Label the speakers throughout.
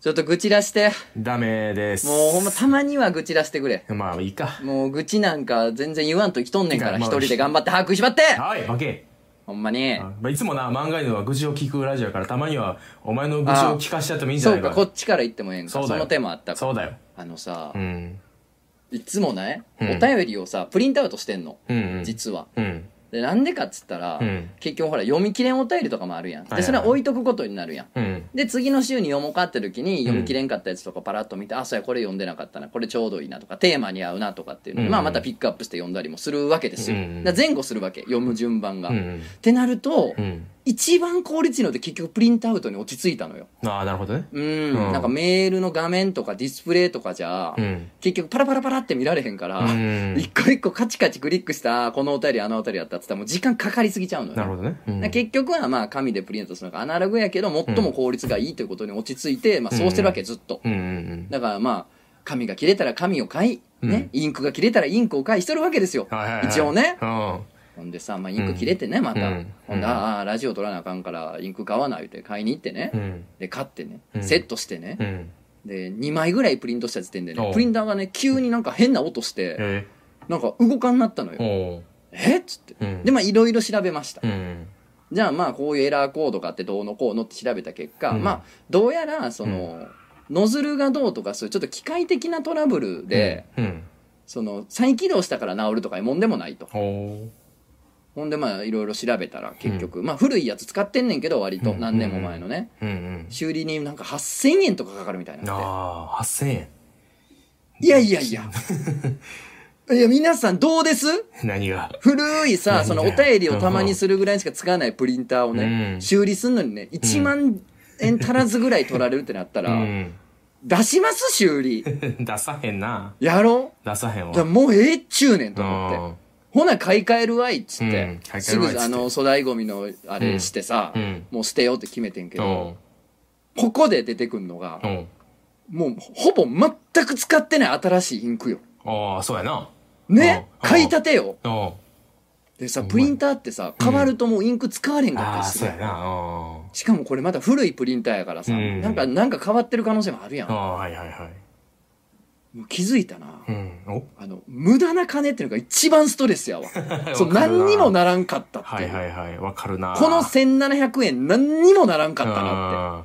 Speaker 1: ちょっと愚痴らして。
Speaker 2: ダメです。
Speaker 1: もうほんまたまには愚痴らしてくれ。
Speaker 2: まあいいか。
Speaker 1: もう愚痴なんか全然言わんと生きとんねんから、
Speaker 2: ま
Speaker 1: 一
Speaker 2: あ
Speaker 1: 人で頑張って把握しまって
Speaker 2: はい、負け。
Speaker 1: ほんまに。
Speaker 2: まあ、いつもな、漫画犬は愚痴を聞くラジオやから、たまには、お前の愚痴を聞かしちゃってもいいんじ
Speaker 1: そ
Speaker 2: ゃな
Speaker 1: う
Speaker 2: いか。
Speaker 1: か、こっちから言ってもええんか。
Speaker 2: そ
Speaker 1: そう
Speaker 2: だよ
Speaker 1: の手もあったから。
Speaker 2: そうだよ。
Speaker 1: あのさ
Speaker 2: う、ん。
Speaker 1: いつもね、
Speaker 2: うん
Speaker 1: お便りをさ、プリントアウトしてんの。
Speaker 2: うんうん。
Speaker 1: 実は。
Speaker 2: うん。
Speaker 1: で、なんでかっつったら、
Speaker 2: うん
Speaker 1: 結局ほら、読み切れんお便りとかもあるやん。
Speaker 2: はいは
Speaker 1: で、
Speaker 2: い
Speaker 1: それは置いとくことになるやん。
Speaker 2: うん。
Speaker 1: で、次の週に読もうかって時に、読み切れんかったやつとかパラッと見て、あ、そうや、これ読んでなかったな、これちょうどいいなとか、テーマに合うなとかっていうの、
Speaker 2: うん
Speaker 1: まあまたピックアップして読んだりもするわけですよ。
Speaker 2: うん
Speaker 1: だから前後するわけ、読む順番が。
Speaker 2: う
Speaker 1: っ
Speaker 2: ん。
Speaker 1: てなると、
Speaker 2: うん。
Speaker 1: 一番効率いいのって結局プリントアウトに落ち着いたのよ。
Speaker 2: ああ、なるほどね。
Speaker 1: うん,、
Speaker 2: うん
Speaker 1: なんかメールの画面とかディスプレイとかじゃ、
Speaker 2: うん。
Speaker 1: 結局パラパラパラって見られへんから、
Speaker 2: うん
Speaker 1: 一個一個カチカチクリックした、あーこのお便り、あのお便りやったって言ったらもう時間かかりすぎちゃうのよ。
Speaker 2: なるほどね。うん
Speaker 1: だから結局はまあ紙でプリントするのがアナログやけど最も効率がいいということに落ち着いて、まあ、そうしてるわけずっと、
Speaker 2: うんうん
Speaker 1: だからまあ紙が切れたら紙を買い、ねインクが切れたらインクを買いしてるわけですよ、
Speaker 2: うん。はいはいはい
Speaker 1: 一応ね
Speaker 2: うん。
Speaker 1: ほんでさ、まあ、インク切れてねまた、
Speaker 2: うん
Speaker 1: ほんで、ああラジオ撮らなあかんからインク買わないって買いに行ってね、
Speaker 2: うん。
Speaker 1: で買ってね
Speaker 2: うん
Speaker 1: セットしてね
Speaker 2: う、ん。
Speaker 1: で2枚ぐらいプリントした時点でね
Speaker 2: おう
Speaker 1: プリンターがね急になんか変な音して
Speaker 2: え
Speaker 1: なんか動かんなったの
Speaker 2: ー、
Speaker 1: よ
Speaker 2: おう
Speaker 1: えっつって
Speaker 2: うん。
Speaker 1: でまあいろいろ調べました
Speaker 2: うん。
Speaker 1: じゃあまあこういうエラーコードがあってどうのこうのって調べた結果、
Speaker 2: うん
Speaker 1: まあどうやらその、ノズルがどうとかそういうちょっと機械的なトラブルで、
Speaker 2: うん。
Speaker 1: その再起動したから治るとかいうもんでもないと
Speaker 2: おう
Speaker 1: ほんでまあいろいろ調べたら結局、まあ古いやつ使ってんねんけど割と
Speaker 2: うん
Speaker 1: 何年も前のね、
Speaker 2: うんうん。
Speaker 1: 修理になんか8000円とかかかるみたいなんで
Speaker 2: ああ、8000円。
Speaker 1: いやいやいやいや皆さんどうです
Speaker 2: 何が
Speaker 1: 古いさ、
Speaker 2: 何
Speaker 1: そのお
Speaker 2: だよ
Speaker 1: 便りをたまにするぐらいしか使わないプリンターをね、
Speaker 2: うん
Speaker 1: 修理すんのにね、1万円足らずぐらい取られるってなった
Speaker 2: う
Speaker 1: ら、
Speaker 2: ん。
Speaker 1: 出します修理。
Speaker 2: 出さへん な。
Speaker 1: やろ
Speaker 2: 出さへん
Speaker 1: う
Speaker 2: わ。
Speaker 1: だからもうええっちゅうねんと思
Speaker 2: う
Speaker 1: って。
Speaker 2: ん
Speaker 1: ほな買い替えるわいっつっ
Speaker 2: うん
Speaker 1: て、
Speaker 2: 買い替え
Speaker 1: す
Speaker 2: るわいっつって
Speaker 1: ぐあの粗大ゴミのあれしてさ、
Speaker 2: うん
Speaker 1: もう捨てようって決めてんけ
Speaker 2: お
Speaker 1: ど、
Speaker 2: う
Speaker 1: ここで出てくんのが、
Speaker 2: おう
Speaker 1: もうほぼ全く使ってない新しいインクよ。
Speaker 2: ああ、そうやな。
Speaker 1: ね
Speaker 2: うん
Speaker 1: 買いたてよ。
Speaker 2: おう
Speaker 1: でさ、
Speaker 2: ん
Speaker 1: プリンターってさ、変わるともうインク使われんかった
Speaker 2: ああ、
Speaker 1: りす
Speaker 2: そう
Speaker 1: る
Speaker 2: や。な。おう
Speaker 1: しかもこれまだ古いプリンターやからさ、
Speaker 2: うん
Speaker 1: なんか、なんか変わってる可能性もあるやん。
Speaker 2: おう
Speaker 1: も
Speaker 2: はいはいはい。
Speaker 1: う気づいたな。
Speaker 2: うん。お
Speaker 1: あの、無駄な金っていうのが一番ストレス やわ。そう、何にもならんかったって。
Speaker 2: はいいうはいはい。わかるな。
Speaker 1: この1700円何にもならんかったなっ
Speaker 2: あ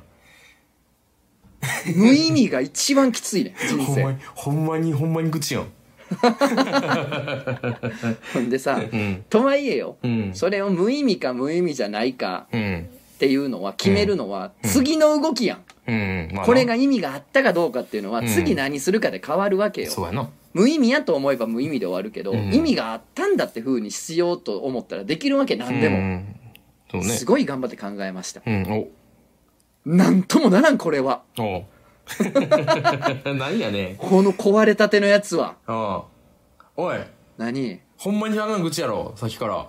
Speaker 1: て。無意味が一番きつ いねん、
Speaker 2: ー
Speaker 1: 人
Speaker 2: ほんま
Speaker 1: 生。
Speaker 2: に、ほんまに、ほんまに愚痴やん。
Speaker 1: ほんでさ、
Speaker 2: うん。
Speaker 1: とはいえよ、
Speaker 2: うん。
Speaker 1: それを無意味か無意味じゃないか
Speaker 2: うん。
Speaker 1: っていうのは決めるのは次の動きやん。
Speaker 2: うん。まあな
Speaker 1: これ。が意味があったかどうかっていうのは
Speaker 2: うん
Speaker 1: 次何するかで変わるわけよ。
Speaker 2: そうやな。
Speaker 1: 無意味やと思えば無意味で終わるけど、
Speaker 2: うん
Speaker 1: 意味があったんだって風にしようと思ったらできるわけなんで
Speaker 2: う
Speaker 1: も、
Speaker 2: ん。そうね
Speaker 1: す。ごい頑張って考えました
Speaker 2: うん。
Speaker 1: なんともならんこれは
Speaker 2: おおう 何やねん。
Speaker 1: この壊れたてのやつは
Speaker 2: ああ。おい、
Speaker 1: 何い
Speaker 2: ほんまにあんな愚痴やろ、さっきから。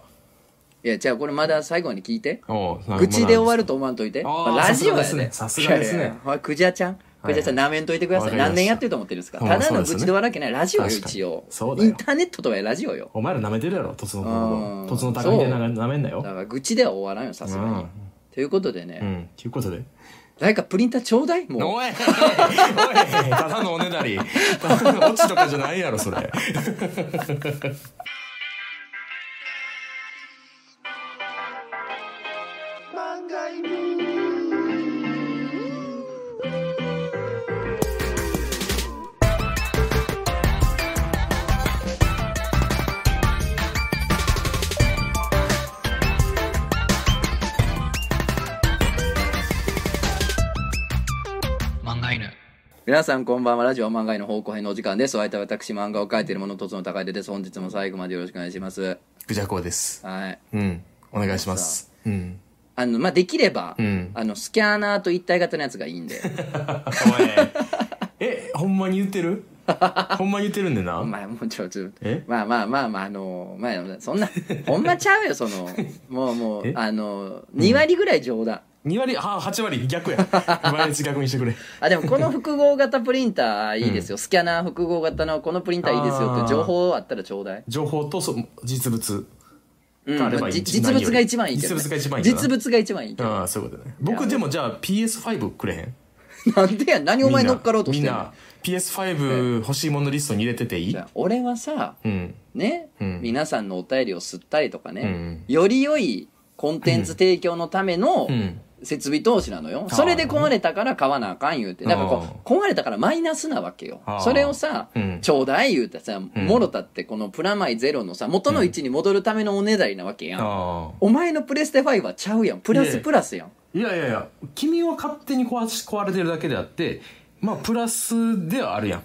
Speaker 1: やじゃあこれまだ最後に聞いて
Speaker 2: おう
Speaker 1: 愚痴で終わると思わんといて、
Speaker 2: あー
Speaker 1: まあラジオや
Speaker 2: さすがですねさすがですね
Speaker 1: いやいやおいクジャちゃんクジャちゃんなめんといてください、
Speaker 2: わかりました
Speaker 1: 何年やってると思ってるんですか
Speaker 2: うん
Speaker 1: ただ
Speaker 2: そう
Speaker 1: の
Speaker 2: です
Speaker 1: 愚痴
Speaker 2: ね
Speaker 1: で終わるわけないラジオよ
Speaker 2: 確かに
Speaker 1: 一応
Speaker 2: そうだ
Speaker 1: イ
Speaker 2: よ
Speaker 1: ンターネットとはいえラジオよ
Speaker 2: お前ら舐めてるやろ、突の
Speaker 1: うん
Speaker 2: こと。突の高みでな舐めんな
Speaker 1: だ
Speaker 2: よ
Speaker 1: か。ら愚痴では終わらんよさすがに、
Speaker 2: うん
Speaker 1: ということでね、
Speaker 2: うん。ということで。
Speaker 1: 誰かプリンターちょうだいもう
Speaker 2: おいおいただのおねだり。ただのオチとかじゃないやろ、それ。
Speaker 1: 皆さんこんばんはラジオ漫画への方向編のお時間ですお相手は私漫画を描いているものとつの高いです本日も最後までよろしくお願いします
Speaker 2: 愚者こうです。
Speaker 1: はい
Speaker 2: うん。お願いします。うん。
Speaker 1: あのまあできれば、
Speaker 2: うん
Speaker 1: あのスキャナーと一体型のやつがいいんで
Speaker 2: おい。え、ほんまに言ってるほんまに言ってるんでな。
Speaker 1: お前もうちょちょ
Speaker 2: え
Speaker 1: まあまあまあまああのまあそんな ほんまちゃうよそのもうもう
Speaker 2: え
Speaker 1: あの2割ぐらい冗談、
Speaker 2: 2割、あ、8割、逆や。毎日逆にしてくれ。
Speaker 1: あでもこの複合型プリンターいいですよ、スキャナー複合型のこのプリンターいいですよって情報あったらちょうだい
Speaker 2: 情報とそ実物。
Speaker 1: うん
Speaker 2: あればいい
Speaker 1: じ実物が一番いいけど、ね、
Speaker 2: 実物が一番いいかな
Speaker 1: 実物が一番いいけど
Speaker 2: ああ、そういうことね。僕でもじゃあ PS5 くれへん
Speaker 1: なんでや何お前乗っかろうとしてん
Speaker 2: みん
Speaker 1: の
Speaker 2: な PS5 欲しいものリストに入れてていい
Speaker 1: じゃあ俺はさ
Speaker 2: うん
Speaker 1: ね、
Speaker 2: うん
Speaker 1: 皆さんのお便りを吸ったりとかね、
Speaker 2: う
Speaker 1: より良いコンテンツ提供のための
Speaker 2: うん
Speaker 1: 設備投資なのよ、それで壊れたから買わなあかん言うてだからこう壊れたからマイナスなわけよ
Speaker 2: あー
Speaker 1: それをさ、
Speaker 2: うん
Speaker 1: ちょうだい言うてさもろたってこのプラマイゼロのさ元の位置に戻るためのおねだりなわけやん、
Speaker 2: ああ
Speaker 1: お前のプレステ5はちゃうやんプラスプラスやん
Speaker 2: いやいやいや君は勝手に壊し壊れてるだけであってまあプラスではあるやん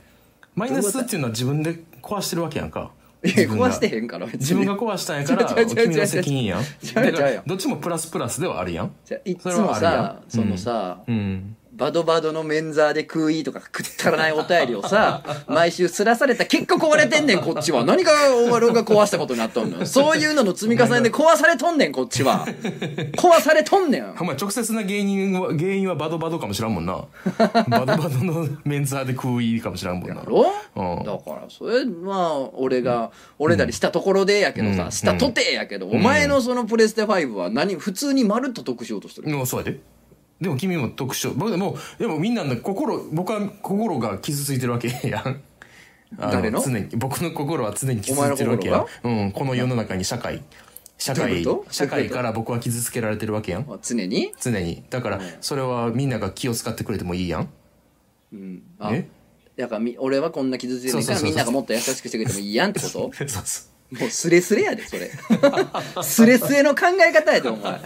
Speaker 2: マイナスっていうのは自分で壊してるわけやんか
Speaker 1: いや
Speaker 2: 自分が
Speaker 1: 壊してへんから別に
Speaker 2: 自分が壊したんやから
Speaker 1: 違う違う違う違う
Speaker 2: 君の責任やん
Speaker 1: 違う違う
Speaker 2: だからどっちもプラスプラスではあるやん
Speaker 1: じゃあいっつ
Speaker 2: それ
Speaker 1: も
Speaker 2: はある
Speaker 1: さ
Speaker 2: やん
Speaker 1: そのさ、
Speaker 2: うん
Speaker 1: バドバドのメンザーで食いとか食ったらないお便りを さ、毎週すらされた結果壊れてんねん、こっちは。何がお前が壊したことになっとんのそういうのの積み重ねで壊されとんねん、こっち は。壊されとんねん。
Speaker 2: お前直接な原因は原因はバドバドかもしらんも んなバドバドのメンツァーで食ういいかもしらんもんな
Speaker 1: ろ
Speaker 2: うん
Speaker 1: だからそれまあ俺が俺なりしたところでやけどさ、したとてやけど、お前のそのプレステ5は何普通にまるっと得しようとしてる、
Speaker 2: もうそうやででも君も特殊僕でもでもみんなの心僕は心が傷ついてるわけ やんあ
Speaker 1: 誰の
Speaker 2: 常に僕の心は常に傷ついてるわけやんうん、この世の中に社会社
Speaker 1: どうい
Speaker 2: 会
Speaker 1: うこと
Speaker 2: 社会から僕は傷つけられてるわけやん
Speaker 1: まあ常に、
Speaker 2: 常にだからそれはみんなが気を使ってくれてもい いやん
Speaker 1: うん、あ
Speaker 2: え
Speaker 1: だからみ俺はこんな傷ついてるから
Speaker 2: そうそうそうそう
Speaker 1: みんながもっと優しくしてくれてもいいやんってこと
Speaker 2: そうそう
Speaker 1: もうスレスレやでそれ スレスレの考え方やでお 前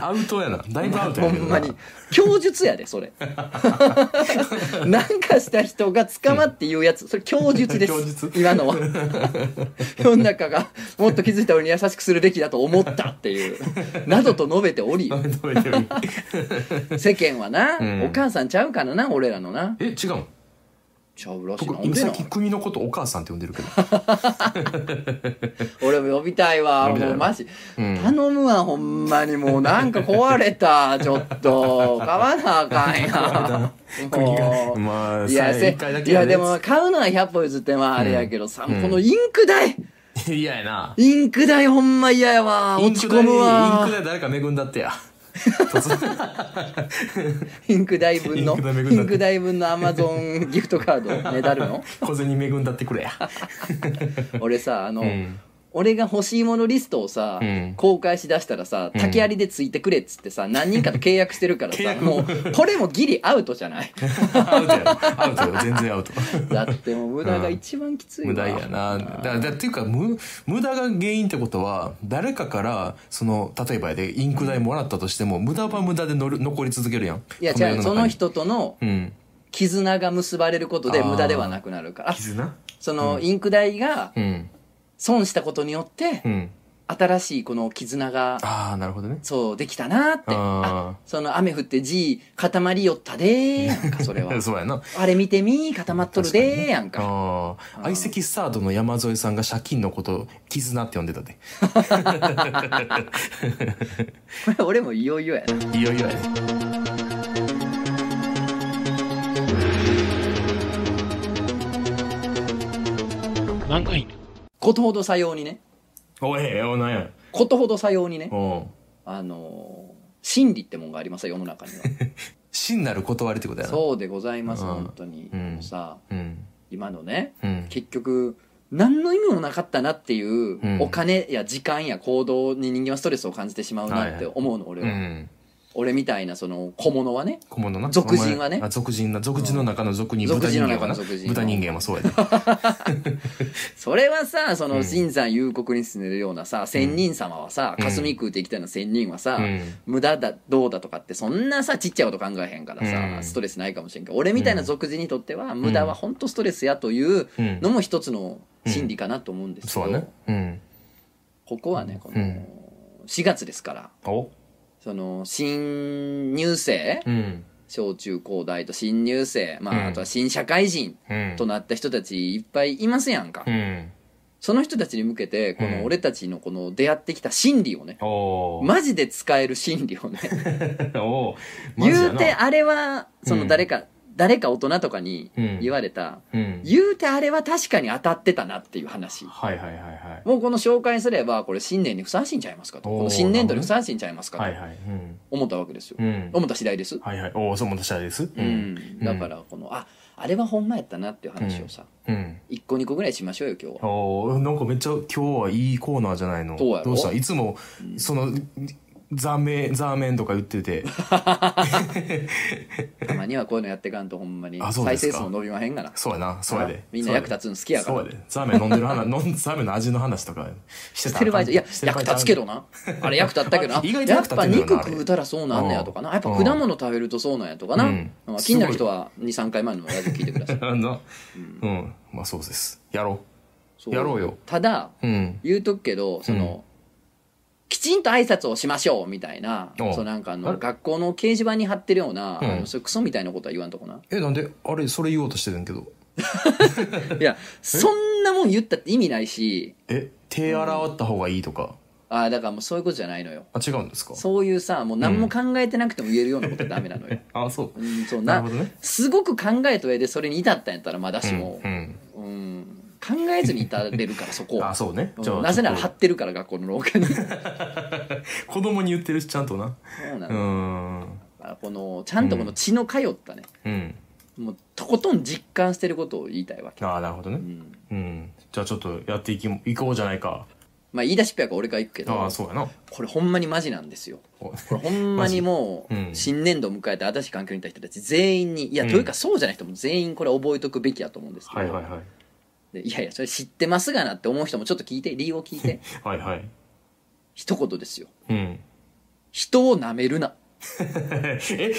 Speaker 2: アウトやなだいぶアウト
Speaker 1: ほ
Speaker 2: や
Speaker 1: ん
Speaker 2: けど
Speaker 1: ま
Speaker 2: な
Speaker 1: に供述やでそれ なんかした人が捕まって言うやつそれ供述です
Speaker 2: 供述
Speaker 1: 今のは世の中がもっと気づいた俺に優しくするべきだと思ったっていうなどと述べておりよ
Speaker 2: 止めてる
Speaker 1: 世間はな、
Speaker 2: ん
Speaker 1: お母さんちゃうからな俺らのな
Speaker 2: え違うん
Speaker 1: ちゃうらしいな
Speaker 2: 僕
Speaker 1: ほん
Speaker 2: 今
Speaker 1: で
Speaker 2: さ
Speaker 1: な
Speaker 2: っき国のことお母さんって呼んでるけど
Speaker 1: 俺も呼びたいわ
Speaker 2: 呼びたい
Speaker 1: も
Speaker 2: わ
Speaker 1: うマジ、
Speaker 2: うん
Speaker 1: 頼むわほんまにもうなんか壊れ たちょっと買わなあかんや
Speaker 2: 国
Speaker 1: も
Speaker 2: が
Speaker 1: う
Speaker 2: まあ
Speaker 1: いや
Speaker 2: さ
Speaker 1: せ
Speaker 2: 一回だ
Speaker 1: い
Speaker 2: け
Speaker 1: や
Speaker 2: ね
Speaker 1: で も買うのは100歩譲ってまああれやけどさ、このインク代
Speaker 2: 嫌やな
Speaker 1: インク代ほんま嫌やわ落ち込む
Speaker 2: イン
Speaker 1: わ
Speaker 2: クで誰か恵んだってや。
Speaker 1: インク代分の
Speaker 2: インク代めぐ
Speaker 1: イ
Speaker 2: んだって
Speaker 1: ンク代分のアマゾンギフトカードねだるの
Speaker 2: 小銭恵んだってくれや。
Speaker 1: 俺さあの、
Speaker 2: ん
Speaker 1: 俺が欲しいものリストをさ、
Speaker 2: うん
Speaker 1: 公開しだしたらさ竹槍でついてくれっつってさ何人かと契約してるから
Speaker 2: 契
Speaker 1: さ
Speaker 2: 約
Speaker 1: もうこれもギリアウトじゃ ない
Speaker 2: アウトや。アウトよ。全然ア ウト。
Speaker 1: だってもう無駄が一番きついわ
Speaker 2: 無駄やな。だ、だっていうか、無、無駄が原因ってことは、誰かから、その、例えばやで、インク代もらったとしても、無駄は無駄でのる残り続けるやん。
Speaker 1: いや
Speaker 2: この世
Speaker 1: 違う
Speaker 2: の中に
Speaker 1: その。人との
Speaker 2: うん。
Speaker 1: 絆が結ばれることで
Speaker 2: あー
Speaker 1: 無駄ではなくなるから
Speaker 2: 絆
Speaker 1: そのインク代が
Speaker 2: うん。
Speaker 1: 損したことによって
Speaker 2: うん。
Speaker 1: 新しいこの絆が
Speaker 2: ああ、なるほどね。
Speaker 1: そうできたなって
Speaker 2: あー
Speaker 1: あその雨降って地固まりよったでーやんかそれは
Speaker 2: そうやな。
Speaker 1: あれ見てみー固まっとるでーやんか
Speaker 2: ああ。相席スタートの山添さんが借金のこと、絆って呼んでたで。
Speaker 1: これ 俺もいよいよやない
Speaker 2: よいよやで。
Speaker 1: ことほどさようにね
Speaker 2: おい、おい、なんや。
Speaker 1: ことほどさようにね
Speaker 2: うん。
Speaker 1: あのー真理ってもんがありますよ世の中に は
Speaker 2: 真なる断りってことやな。
Speaker 1: そうでございます
Speaker 2: うん
Speaker 1: 本当に、
Speaker 2: うん
Speaker 1: もうさ
Speaker 2: うん。
Speaker 1: 今のね
Speaker 2: うん。
Speaker 1: 結局何の意味もなかったなっていう、
Speaker 2: うん
Speaker 1: お金や時間や行動に人間はストレスを感じてしまうなって思うの、俺
Speaker 2: う
Speaker 1: は、
Speaker 2: ん。
Speaker 1: 俺みたいなその小物はね
Speaker 2: 小物な。
Speaker 1: 俗人はね
Speaker 2: お前あ、俗人な。俗人の中の俗人。
Speaker 1: うん
Speaker 2: 豚人間はな。
Speaker 1: 俗人の中の俗人
Speaker 2: 豚人間はそうやで。
Speaker 1: それはさその
Speaker 2: ん
Speaker 1: 新山幽国に住んでるようなさ、仙人様はさ
Speaker 2: うん
Speaker 1: 霞空って生きた ような仙人はさ、
Speaker 2: うん
Speaker 1: 無駄だどうだとかってそんなさちっちゃいこと考えへんからさ、
Speaker 2: うん
Speaker 1: ストレスないかもしれんけど俺みたいな俗人にとっては、無駄は本当ストレスやという
Speaker 2: うん
Speaker 1: のも一つの心理かなと思うんですけど、
Speaker 2: そうやね。うん。
Speaker 1: ここはねこ
Speaker 2: う
Speaker 1: の4月ですから
Speaker 2: お
Speaker 1: その新入生
Speaker 2: うん。
Speaker 1: 小中高大と新入生、まあ、
Speaker 2: うん
Speaker 1: あとは新社会人
Speaker 2: うん。
Speaker 1: となった人たちいっぱいいますやんか、
Speaker 2: うん。
Speaker 1: その人たちに向けてこ
Speaker 2: う
Speaker 1: の
Speaker 2: ん
Speaker 1: 俺たちのこの出会ってきた心理をね
Speaker 2: おー。
Speaker 1: マジで使える心理をね
Speaker 2: おー。マジや
Speaker 1: 言う
Speaker 2: な
Speaker 1: て、あれはそうの
Speaker 2: ん
Speaker 1: 誰か誰か大人とかに
Speaker 2: うん
Speaker 1: 言われた、
Speaker 2: うん
Speaker 1: 言うてあれは確かに当たってたなっていう話
Speaker 2: はいはいはいはい
Speaker 1: もうこの紹介すればこれ新年にふさわしいんちゃいますかと
Speaker 2: おー
Speaker 1: この新年度にふさわしいんちゃいますか
Speaker 2: はい
Speaker 1: と
Speaker 2: はいうん
Speaker 1: 思ったわけですよ、
Speaker 2: うん
Speaker 1: 思った次第です、
Speaker 2: はいはいおおそうもしたです
Speaker 1: う
Speaker 2: うん
Speaker 1: ん、だからこのああれはほんまやったなっていう話をさ、
Speaker 2: うん
Speaker 1: 一個二個ぐらいしましょうよ 今日は。
Speaker 2: おーなんかめっちゃ今日はいいコーナーじゃないの
Speaker 1: そうやろ
Speaker 2: どうしたいつもそのザメザーメンとか言ってて
Speaker 1: たまにはこういうのやってかんとほんまに
Speaker 2: あそうで
Speaker 1: 再
Speaker 2: す
Speaker 1: 生
Speaker 2: か
Speaker 1: 数も伸びまへんがな。
Speaker 2: そうやなそうやで
Speaker 1: みんな役立つの好きやから
Speaker 2: そうやでザーメン飲んでる話飲んザーメンの味の話とかして
Speaker 1: したてる場合じゃいや
Speaker 2: してる
Speaker 1: 役
Speaker 2: 場合
Speaker 1: 立つけど なあれ役立ったけどな
Speaker 2: あ意外と
Speaker 1: や
Speaker 2: 役
Speaker 1: っ
Speaker 2: 立
Speaker 1: ぱ
Speaker 2: ってんだよな
Speaker 1: 肉
Speaker 2: あれ
Speaker 1: 食うたらそうなんねやとかなやっぱ果物食べるとそうなんやとかな、
Speaker 2: うん
Speaker 1: まあ気になる人は23回前のラジオ聞いてくだ さい
Speaker 2: あのうんまあそうですやろ
Speaker 1: そ
Speaker 2: やろうよ
Speaker 1: ただ
Speaker 2: ううん
Speaker 1: 言うとくけどその、きちんと挨拶をしましょうみたいな
Speaker 2: おう
Speaker 1: そうなんかあ
Speaker 2: あ
Speaker 1: の
Speaker 2: れ
Speaker 1: 学校の掲示板に貼ってるような、
Speaker 2: うん
Speaker 1: あのそういうクソみたいなことは言わんとこな
Speaker 2: えなんであれそれ言おうとしてるんけど
Speaker 1: いやそんなもん言ったって意味ないし
Speaker 2: え手洗った方がいいとか
Speaker 1: あーだからもうそういうことじゃないのよ
Speaker 2: あ違うんですか
Speaker 1: そういうさもう何も考えてなくても言えるようなことはダメなのよ、
Speaker 2: あそう
Speaker 1: うん、そうな
Speaker 2: なるほどね
Speaker 1: すごく考えた上でそれに至ったんやったらまだしも
Speaker 2: う、ん
Speaker 1: うん考えずに至れるからそこ
Speaker 2: うん
Speaker 1: は
Speaker 2: あそうね
Speaker 1: うん
Speaker 2: じゃあ
Speaker 1: なぜなら
Speaker 2: ちょ
Speaker 1: 貼
Speaker 2: っ
Speaker 1: ってるから学校の廊 下にそ
Speaker 2: と子供に言ってるしちゃんとな
Speaker 1: うな
Speaker 2: う
Speaker 1: の、
Speaker 2: ん
Speaker 1: あこのちゃんとこの血の通ったね、
Speaker 2: うん
Speaker 1: もうとことん実感してることを言いたいわけ、
Speaker 2: ああなるほど
Speaker 1: う
Speaker 2: ね
Speaker 1: ん、
Speaker 2: うんじゃあちょっとやっていきもいこうじゃないか
Speaker 1: まあ言い出しっぺやから俺が行くけ
Speaker 2: あ
Speaker 1: ど
Speaker 2: あそうやな
Speaker 1: これほんまにマジなんです よ
Speaker 2: お
Speaker 1: これほんまにもう
Speaker 2: マジうん
Speaker 1: 新年度を迎えて新しい環境にいた人たち全員にいや
Speaker 2: うん
Speaker 1: というかそうじゃない人も全員これ覚えとくべきやと思うんですけど、
Speaker 2: はいはいはい
Speaker 1: でいやいやそれ知ってますがなって思う人もちょっと聞いて理由を聞い て
Speaker 2: はいはい
Speaker 1: 一言ですよ
Speaker 2: うん
Speaker 1: 人を舐めるな
Speaker 2: え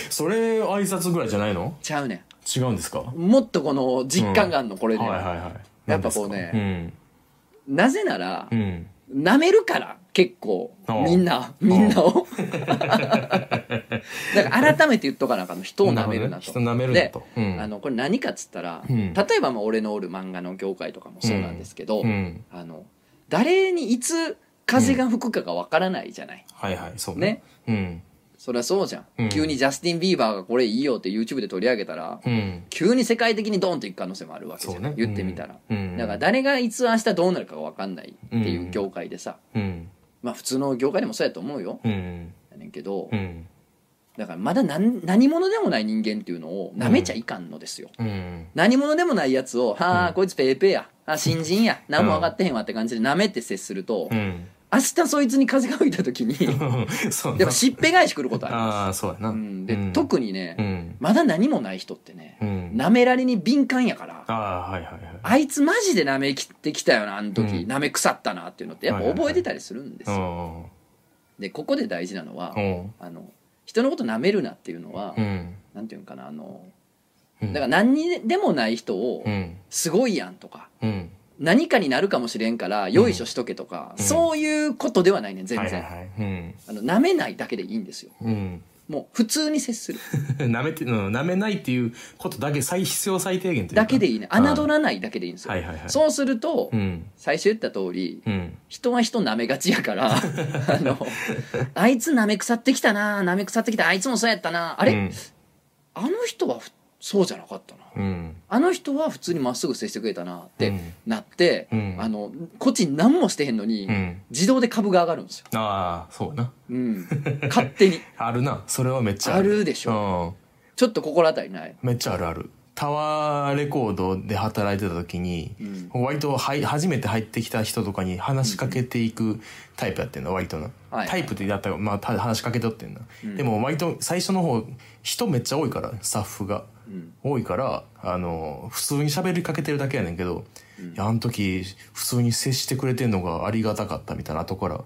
Speaker 2: それ挨拶ぐらいじゃないの
Speaker 1: ちゃうね
Speaker 2: 違うんですかは
Speaker 1: んもっとこの実感があるの、これ
Speaker 2: い
Speaker 1: ね、
Speaker 2: はいはい
Speaker 1: やっぱこうね
Speaker 2: うん
Speaker 1: なぜなら
Speaker 2: う、ん
Speaker 1: 舐めるから結構
Speaker 2: ああ
Speaker 1: みんなみん なをだから改めて言っとかなあかんの人を舐めるなと
Speaker 2: 人舐めるなとう
Speaker 1: で
Speaker 2: ん
Speaker 1: あのこれ何かっつったら、
Speaker 2: うん
Speaker 1: 例えばまあ俺のおる漫画の業界とかもそうなんですけど、
Speaker 2: うん
Speaker 1: あの誰にいつ風が吹くかがわからないじゃない、
Speaker 2: はいはいそう
Speaker 1: ね
Speaker 2: うん
Speaker 1: そりゃそうじゃん、
Speaker 2: うん
Speaker 1: 急にジャスティン・ビーバーがこれいいよって YouTube で取り上げたら、
Speaker 2: うん
Speaker 1: 急に世界的にドンといく可能性もあるわけじ
Speaker 2: そ
Speaker 1: ゃ、
Speaker 2: うんね
Speaker 1: 言ってみたら、
Speaker 2: うん
Speaker 1: だから誰がいつ明日どうなるかが分かんないっていう業界でさ、
Speaker 2: うん
Speaker 1: まあ普通の業界でもそうやと思うよ
Speaker 2: うん
Speaker 1: やねんけど、
Speaker 2: うん
Speaker 1: だからまだ何何者でもない人間っていうのを舐めちゃいかんのですよ、
Speaker 2: うん
Speaker 1: 何者でもないやつを「はあ、こいつペーペーやあ新人や何も分かってへんわ」って感じで舐めて接すると、
Speaker 2: うん
Speaker 1: 明日そいつに風が吹いた時に
Speaker 2: そう
Speaker 1: やっ
Speaker 2: な
Speaker 1: ぱしっぺ返しくることある、
Speaker 2: ああそうやな
Speaker 1: うん、で、特にね、
Speaker 2: うん
Speaker 1: まだ何もない人ってね、
Speaker 2: うん
Speaker 1: 舐められに敏感やから
Speaker 2: ああはいはいはい
Speaker 1: あいつマジで舐めきってきたよなあの時、
Speaker 2: うん
Speaker 1: 舐め腐ったなっていうのってやっぱ
Speaker 2: はいはいはい
Speaker 1: 覚えてたりするんですよ、
Speaker 2: うん
Speaker 1: でここで大事なのは、
Speaker 2: うん
Speaker 1: あの人のこと舐めるなっていうのは、
Speaker 2: うん
Speaker 1: なんていうんかなあの
Speaker 2: うん
Speaker 1: だから何にでもない人を
Speaker 2: うん
Speaker 1: 「すごいやん」とか
Speaker 2: うん
Speaker 1: 「何かになるかもしれんからよいしょしとけ」とか、
Speaker 2: うん
Speaker 1: そういうことではないねん全然、
Speaker 2: はいはいはいうん
Speaker 1: あの舐めないだけでいいんですよ
Speaker 2: うん
Speaker 1: もう普通に接する
Speaker 2: 舐めて、うん、舐めないっていうことだけ最必要最低限というか
Speaker 1: だけでいい ね
Speaker 2: うん
Speaker 1: 侮らないだけでいいんですよ、
Speaker 2: はいはいはい
Speaker 1: そうすると、
Speaker 2: うん
Speaker 1: 最初言った通り
Speaker 2: うん
Speaker 1: 人は人舐めがちやから あのあいつ舐め腐ってきたな舐め腐ってきたあいつもそうやったなあ
Speaker 2: あ
Speaker 1: れ、あの人はふそうじゃなかったな
Speaker 2: うん
Speaker 1: あの人は普通にまっすぐ接してくれたなっ
Speaker 2: う
Speaker 1: て
Speaker 2: ん
Speaker 1: なって、
Speaker 2: うん
Speaker 1: あのこっち何もしてへんのに、
Speaker 2: うん
Speaker 1: 自動で株が上がるんですよ、
Speaker 2: ああそうな
Speaker 1: うん、勝手に
Speaker 2: あるなそれはめっちゃ
Speaker 1: あるでしょ
Speaker 2: ょ
Speaker 1: ちょっと心当たりない
Speaker 2: うんめっちゃあるあるタワーレコードで働いてた時に、
Speaker 1: ん
Speaker 2: 割とはい初めて入ってきた人とかに話しかけていくタイプやってんの割とな、
Speaker 1: はい
Speaker 2: タイプってやったら、まあ、た話しかけとってんな、でも割と最初の方人めっちゃ多いからスタッフが、
Speaker 1: ん
Speaker 2: 多いからあの普通に喋りかけてるだけやねんけど、いやあの時普通に接してくれてんのがありがたかったみたいな後から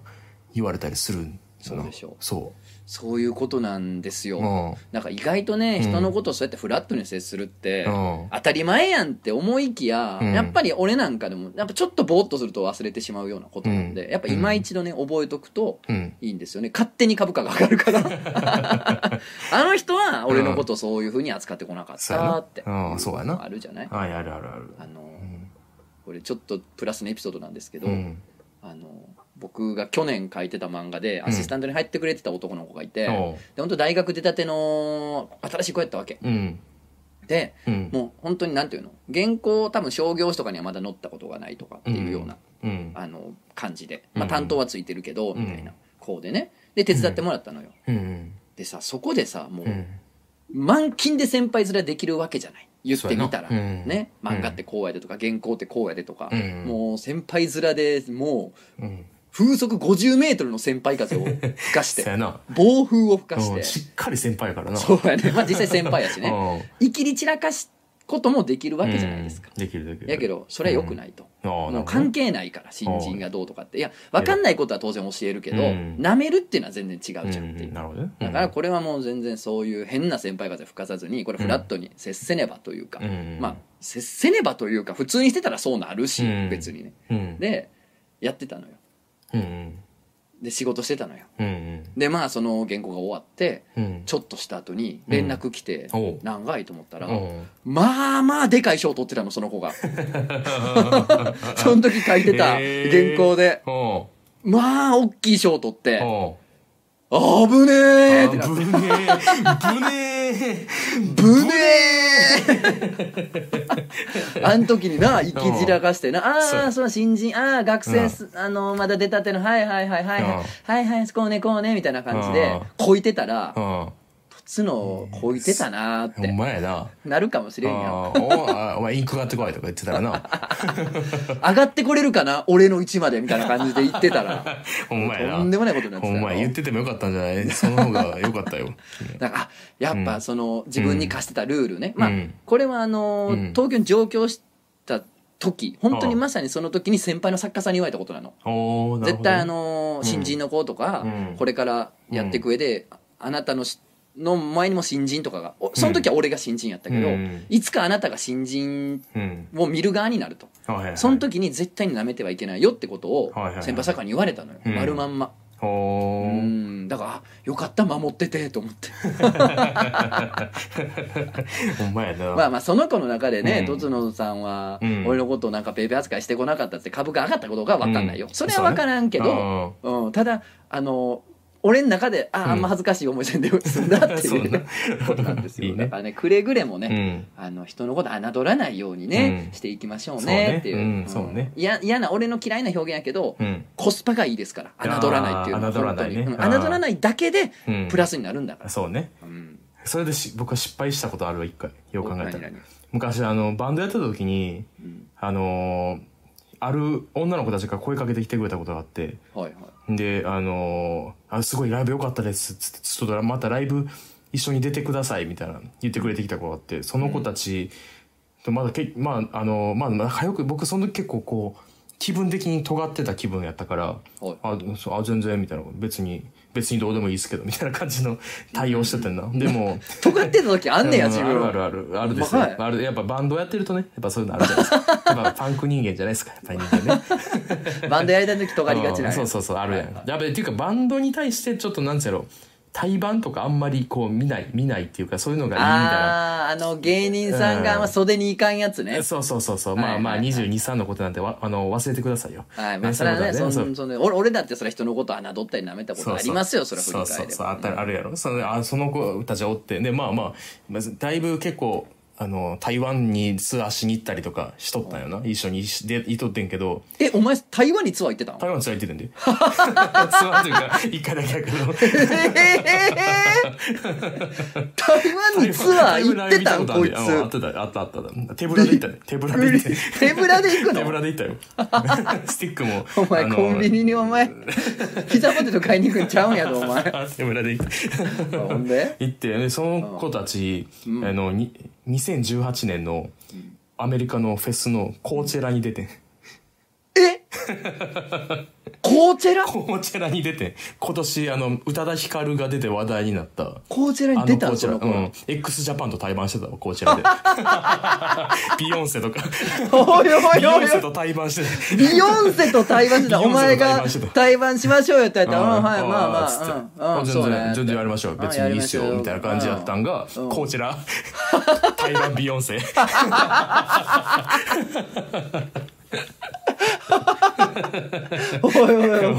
Speaker 2: 言われたりするんすな
Speaker 1: そうでしょう
Speaker 2: そ
Speaker 1: そういうことなんですよ、
Speaker 2: ううん
Speaker 1: なんか意外とね人のことをそうやってフラットに接するって、
Speaker 2: うん
Speaker 1: 当たり前やんって思いきや、
Speaker 2: うん
Speaker 1: やっぱり俺なんかでもやっぱちょっとぼーっとすると忘れてしまうようなことなんで、
Speaker 2: う
Speaker 1: やっぱ今一度ね覚えとくと
Speaker 2: うん
Speaker 1: いいんですよね勝手に株価が上がるから あの人は俺のことをそういうふうに扱ってこなかっ
Speaker 2: そうやな
Speaker 1: たって
Speaker 2: うんそうやな
Speaker 1: あるじゃない
Speaker 2: はいあるあるある
Speaker 1: あの、これちょっとプラスのエピソードなんですけど、
Speaker 2: うん
Speaker 1: あの僕が去年書いてた漫画でアシスタントに入ってくれてた男の子がいて、
Speaker 2: うん
Speaker 1: で本当大学出たての新しい子やったわけ
Speaker 2: うん
Speaker 1: で、
Speaker 2: うん
Speaker 1: もう本当になんていうの原稿を多分商業誌とかにはまだ載ったことがないとかっていうような、
Speaker 2: うん
Speaker 1: あの感じで、ま
Speaker 2: う
Speaker 1: あ、
Speaker 2: ん
Speaker 1: 担当はついてるけど、みたいな
Speaker 2: う
Speaker 1: こうでねで手伝ってもらったのよ、
Speaker 2: うん
Speaker 1: でさそこでさもう、
Speaker 2: うん
Speaker 1: 満勤で先輩面できるわけじゃない言ってみたら、
Speaker 2: そうやなうん
Speaker 1: ね漫画ってこうやでとか原稿ってこうやでとか、
Speaker 2: うん
Speaker 1: もう先輩面でもう
Speaker 2: うん
Speaker 1: 風速50メートルの先輩風を吹かし
Speaker 2: そうや
Speaker 1: て
Speaker 2: な
Speaker 1: 暴風を吹かし
Speaker 2: う
Speaker 1: て
Speaker 2: んしっかり先輩やからな
Speaker 1: そうやねまあ実際先輩やし ね
Speaker 2: ね
Speaker 1: いきり散らかすこともできるわけじゃないですか、
Speaker 2: できるできる
Speaker 1: やけどそれは良くないと、
Speaker 2: ああ
Speaker 1: も
Speaker 2: な
Speaker 1: うん
Speaker 2: か
Speaker 1: 関係ないから新人がどうとかっていや分かんないことは当然教えるけど
Speaker 2: うん
Speaker 1: な、舐めるっていうのは全然違うじゃんっていう、
Speaker 2: なるほどね
Speaker 1: だからこれはもう全然そういう変な先輩風吹かさずにこれフラットに接せねばというか、
Speaker 2: うん
Speaker 1: まあ接せねばというか普通にしてたらそうなるし、
Speaker 2: うん
Speaker 1: 別にね
Speaker 2: うん
Speaker 1: でやってたのよ
Speaker 2: うんうん
Speaker 1: で仕事してたのよ
Speaker 2: うん
Speaker 1: でまあその原稿が終わって
Speaker 2: うん
Speaker 1: ちょっとした後に連絡来て
Speaker 2: うんおう
Speaker 1: 長いと思ったら、
Speaker 2: うん
Speaker 1: まあまあでかい賞取ってたのその子がその時書いてた原稿で、
Speaker 2: お
Speaker 1: まあ大きい賞取って
Speaker 2: うお
Speaker 1: あぶね
Speaker 2: う
Speaker 1: え
Speaker 2: あ
Speaker 1: ってなって
Speaker 2: ぶねえ
Speaker 1: ぶ
Speaker 2: ぶね
Speaker 1: ねえ あん時にな生き散らかしてな
Speaker 2: そう
Speaker 1: ああーそうだ新人ああ学生すあのまだ出たてのはいはいはいはいはい
Speaker 2: うん
Speaker 1: はいはいこうねこうねみたいな感じ
Speaker 2: う
Speaker 1: で
Speaker 2: ん
Speaker 1: こいてたら
Speaker 2: えうん
Speaker 1: つのこいてたなーっ
Speaker 2: ほん
Speaker 1: て
Speaker 2: まやな
Speaker 1: なるかもしれんやん
Speaker 2: あーおあお前インク買ってこいとか言ってたら な
Speaker 1: 上がってこれるかな俺の位置までみたいな感じで言ってたら
Speaker 2: ほんまやな
Speaker 1: とんでもないことになって
Speaker 2: ほ
Speaker 1: た
Speaker 2: んまや言っててもよかったんじゃないその方がよかったよ
Speaker 1: なんかあやっ
Speaker 2: う
Speaker 1: ぱ
Speaker 2: ん
Speaker 1: その自分に課してたルールね、まあ
Speaker 2: うん
Speaker 1: これはあのー
Speaker 2: うん
Speaker 1: 東京に上京した時本当にまさにその時に先輩の作家さんに言われたことなの
Speaker 2: おおなる
Speaker 1: 絶
Speaker 2: ほど
Speaker 1: 対あのー新人の子とか、
Speaker 2: うん
Speaker 1: これからやっていく上で、ああなたのしの前にも新人とかがおその時は俺が新人やったけど、
Speaker 2: うん
Speaker 1: いつかあなたが新人
Speaker 2: うん
Speaker 1: を見る側になると、
Speaker 2: はいはいはい
Speaker 1: その時に絶対に舐めてはいけないよってことを
Speaker 2: はいはいはい
Speaker 1: 先輩作家に言われたのよ、
Speaker 2: うん
Speaker 1: 丸まんま。
Speaker 2: お
Speaker 1: う
Speaker 2: お
Speaker 1: んだからあよかった守っててと思って
Speaker 2: ほんまやな
Speaker 1: まあまあその子の中でね、
Speaker 2: うん
Speaker 1: とつのさんは
Speaker 2: うん
Speaker 1: 俺のことをなんかペーペー扱いしてこなかったって株が上がったことが分かんないよ、
Speaker 2: うん
Speaker 1: それは分からんけど、うん、ただあの俺の中でああんま恥ずかしい思いせんで済んだっ
Speaker 2: うん
Speaker 1: て
Speaker 2: そ
Speaker 1: いうう
Speaker 2: な
Speaker 1: ことなんですよ
Speaker 2: いいね
Speaker 1: だからねくれぐれも
Speaker 2: う
Speaker 1: ね、
Speaker 2: ん
Speaker 1: あの人のこと侮らないようにね、
Speaker 2: うん
Speaker 1: していきましょう
Speaker 2: そうね
Speaker 1: ねっていう
Speaker 2: うん
Speaker 1: ん
Speaker 2: そうね
Speaker 1: いや嫌な俺の嫌いな表現やけど、
Speaker 2: うん
Speaker 1: コスパがいいですから
Speaker 2: あー
Speaker 1: 侮らないっていうのは
Speaker 2: 侮ら
Speaker 1: 本
Speaker 2: な
Speaker 1: 当
Speaker 2: い
Speaker 1: に、
Speaker 2: ね
Speaker 1: うん
Speaker 2: あー
Speaker 1: 侮らないだけで
Speaker 2: うん
Speaker 1: プラスになるんだから、
Speaker 2: そうね
Speaker 1: うん、
Speaker 2: それでし僕は失敗したことあるわ一回よく考えた
Speaker 1: 何
Speaker 2: ら
Speaker 1: 々
Speaker 2: 昔あのバンドやってた時に
Speaker 1: うん
Speaker 2: あのーある女の子たちが声かけてきてくれたことがあって
Speaker 1: はいはい
Speaker 2: であのーあすごいライブ良かったです」つって「ちょっとまたライブ一緒に出てください」みたいな言ってくれてきた子があってその子たちとまだけ、まああのーまあまあ早く僕その時結構こう気分的に尖ってた気分やったから「
Speaker 1: はい
Speaker 2: あそうあ全然」みたいな別に別にどうでもいいですけどみたいな感じの対応しててんな。でも
Speaker 1: 尖ってた 時あんねや自分
Speaker 2: うんあるあるあるあるですよ、
Speaker 1: はい
Speaker 2: あるやっぱバンドやってるとねやっぱそういうのあるじゃないですかやっぱパンク人間じゃないですかやっぱり人間ね
Speaker 1: バンドやりたい時尖りがちな
Speaker 2: う
Speaker 1: や
Speaker 2: んんそうそうそうあるやん、
Speaker 1: はいはい
Speaker 2: やっぱりっていうかバンドに対してちょっとなんつうやろ対バンとかあんまりこう見ない見ないっていうかそういうのがいいみたいな
Speaker 1: あーあの芸人さんがあんま袖にいかんやつね、
Speaker 2: そうそうそうそう、
Speaker 1: はいはい
Speaker 2: まあまあ
Speaker 1: はい
Speaker 2: 2 2 3のことなんてわあの忘れてくださいよ
Speaker 1: はいまあそれはね
Speaker 2: そう
Speaker 1: そ
Speaker 2: いうんことはね
Speaker 1: そん俺俺だってそれは人のこと侮ったり舐めたこ
Speaker 2: そう
Speaker 1: とありますよそれ
Speaker 2: そ
Speaker 1: は
Speaker 2: う
Speaker 1: 振り返れ
Speaker 2: そうそうあ
Speaker 1: ば
Speaker 2: ったあるやろそのあその子たちはおってでまあまあまずだいぶ結構あの台湾にツアーしに行ったりとかしとったんよな、一緒にしでいとってんけど
Speaker 1: えお前台湾にツアー行ってたの
Speaker 2: 台湾ツアー行ってた んでツアーというか一回だけやけど
Speaker 1: えー台湾にツアー行ってたんこい
Speaker 2: ああっ
Speaker 1: つ
Speaker 2: ただあったあったあった手ぶらで行っ たね手ぶらで行ったね
Speaker 1: 手ぶらで行く
Speaker 2: 手ぶ
Speaker 1: の
Speaker 2: らで行ったよ スティックも
Speaker 1: お前
Speaker 2: あの
Speaker 1: コンビニにお前ピザポテト買いに行くんちゃうんやろお前
Speaker 2: あ 手ぶらで行った
Speaker 1: ほんで
Speaker 2: 行ってでその子たち、あのに2018年のアメリカのフェスのコーチェラに出 てん
Speaker 1: え コーチェラ
Speaker 2: コーチェラに出てん今年あの宇多田ヒカルが出て話題になった
Speaker 1: コーチェラ
Speaker 2: あ
Speaker 1: に
Speaker 2: の
Speaker 1: 出た
Speaker 2: コー
Speaker 1: ん
Speaker 2: チ
Speaker 1: そ
Speaker 2: ェ
Speaker 1: の
Speaker 2: ラう
Speaker 1: 子
Speaker 2: ん x ジャパンと対バンしてたわコーチ ェラでビヨンセとか
Speaker 1: おいおいお
Speaker 2: ビ
Speaker 1: い
Speaker 2: ヨ
Speaker 1: お
Speaker 2: ン
Speaker 1: い
Speaker 2: セと対バンしてて
Speaker 1: ビヨンセと対話してた。
Speaker 2: ビヨ
Speaker 1: お
Speaker 2: ンセと
Speaker 1: 前
Speaker 2: 対バ
Speaker 1: が
Speaker 2: ンしてた
Speaker 1: 対バンしましょうよって言われたら、うん、はい、
Speaker 2: ー
Speaker 1: まあ
Speaker 2: ー
Speaker 1: まあ、うん、うん、
Speaker 2: つって
Speaker 1: そう
Speaker 2: 全然、
Speaker 1: ね。
Speaker 2: 全然やりましょう。
Speaker 1: ん
Speaker 2: 別にいいっす
Speaker 1: や
Speaker 2: よ。
Speaker 1: りましょう
Speaker 2: みたいな感じやったんが、
Speaker 1: うん
Speaker 2: こち ら、台湾ビヨンセ。
Speaker 1: おいおいおい。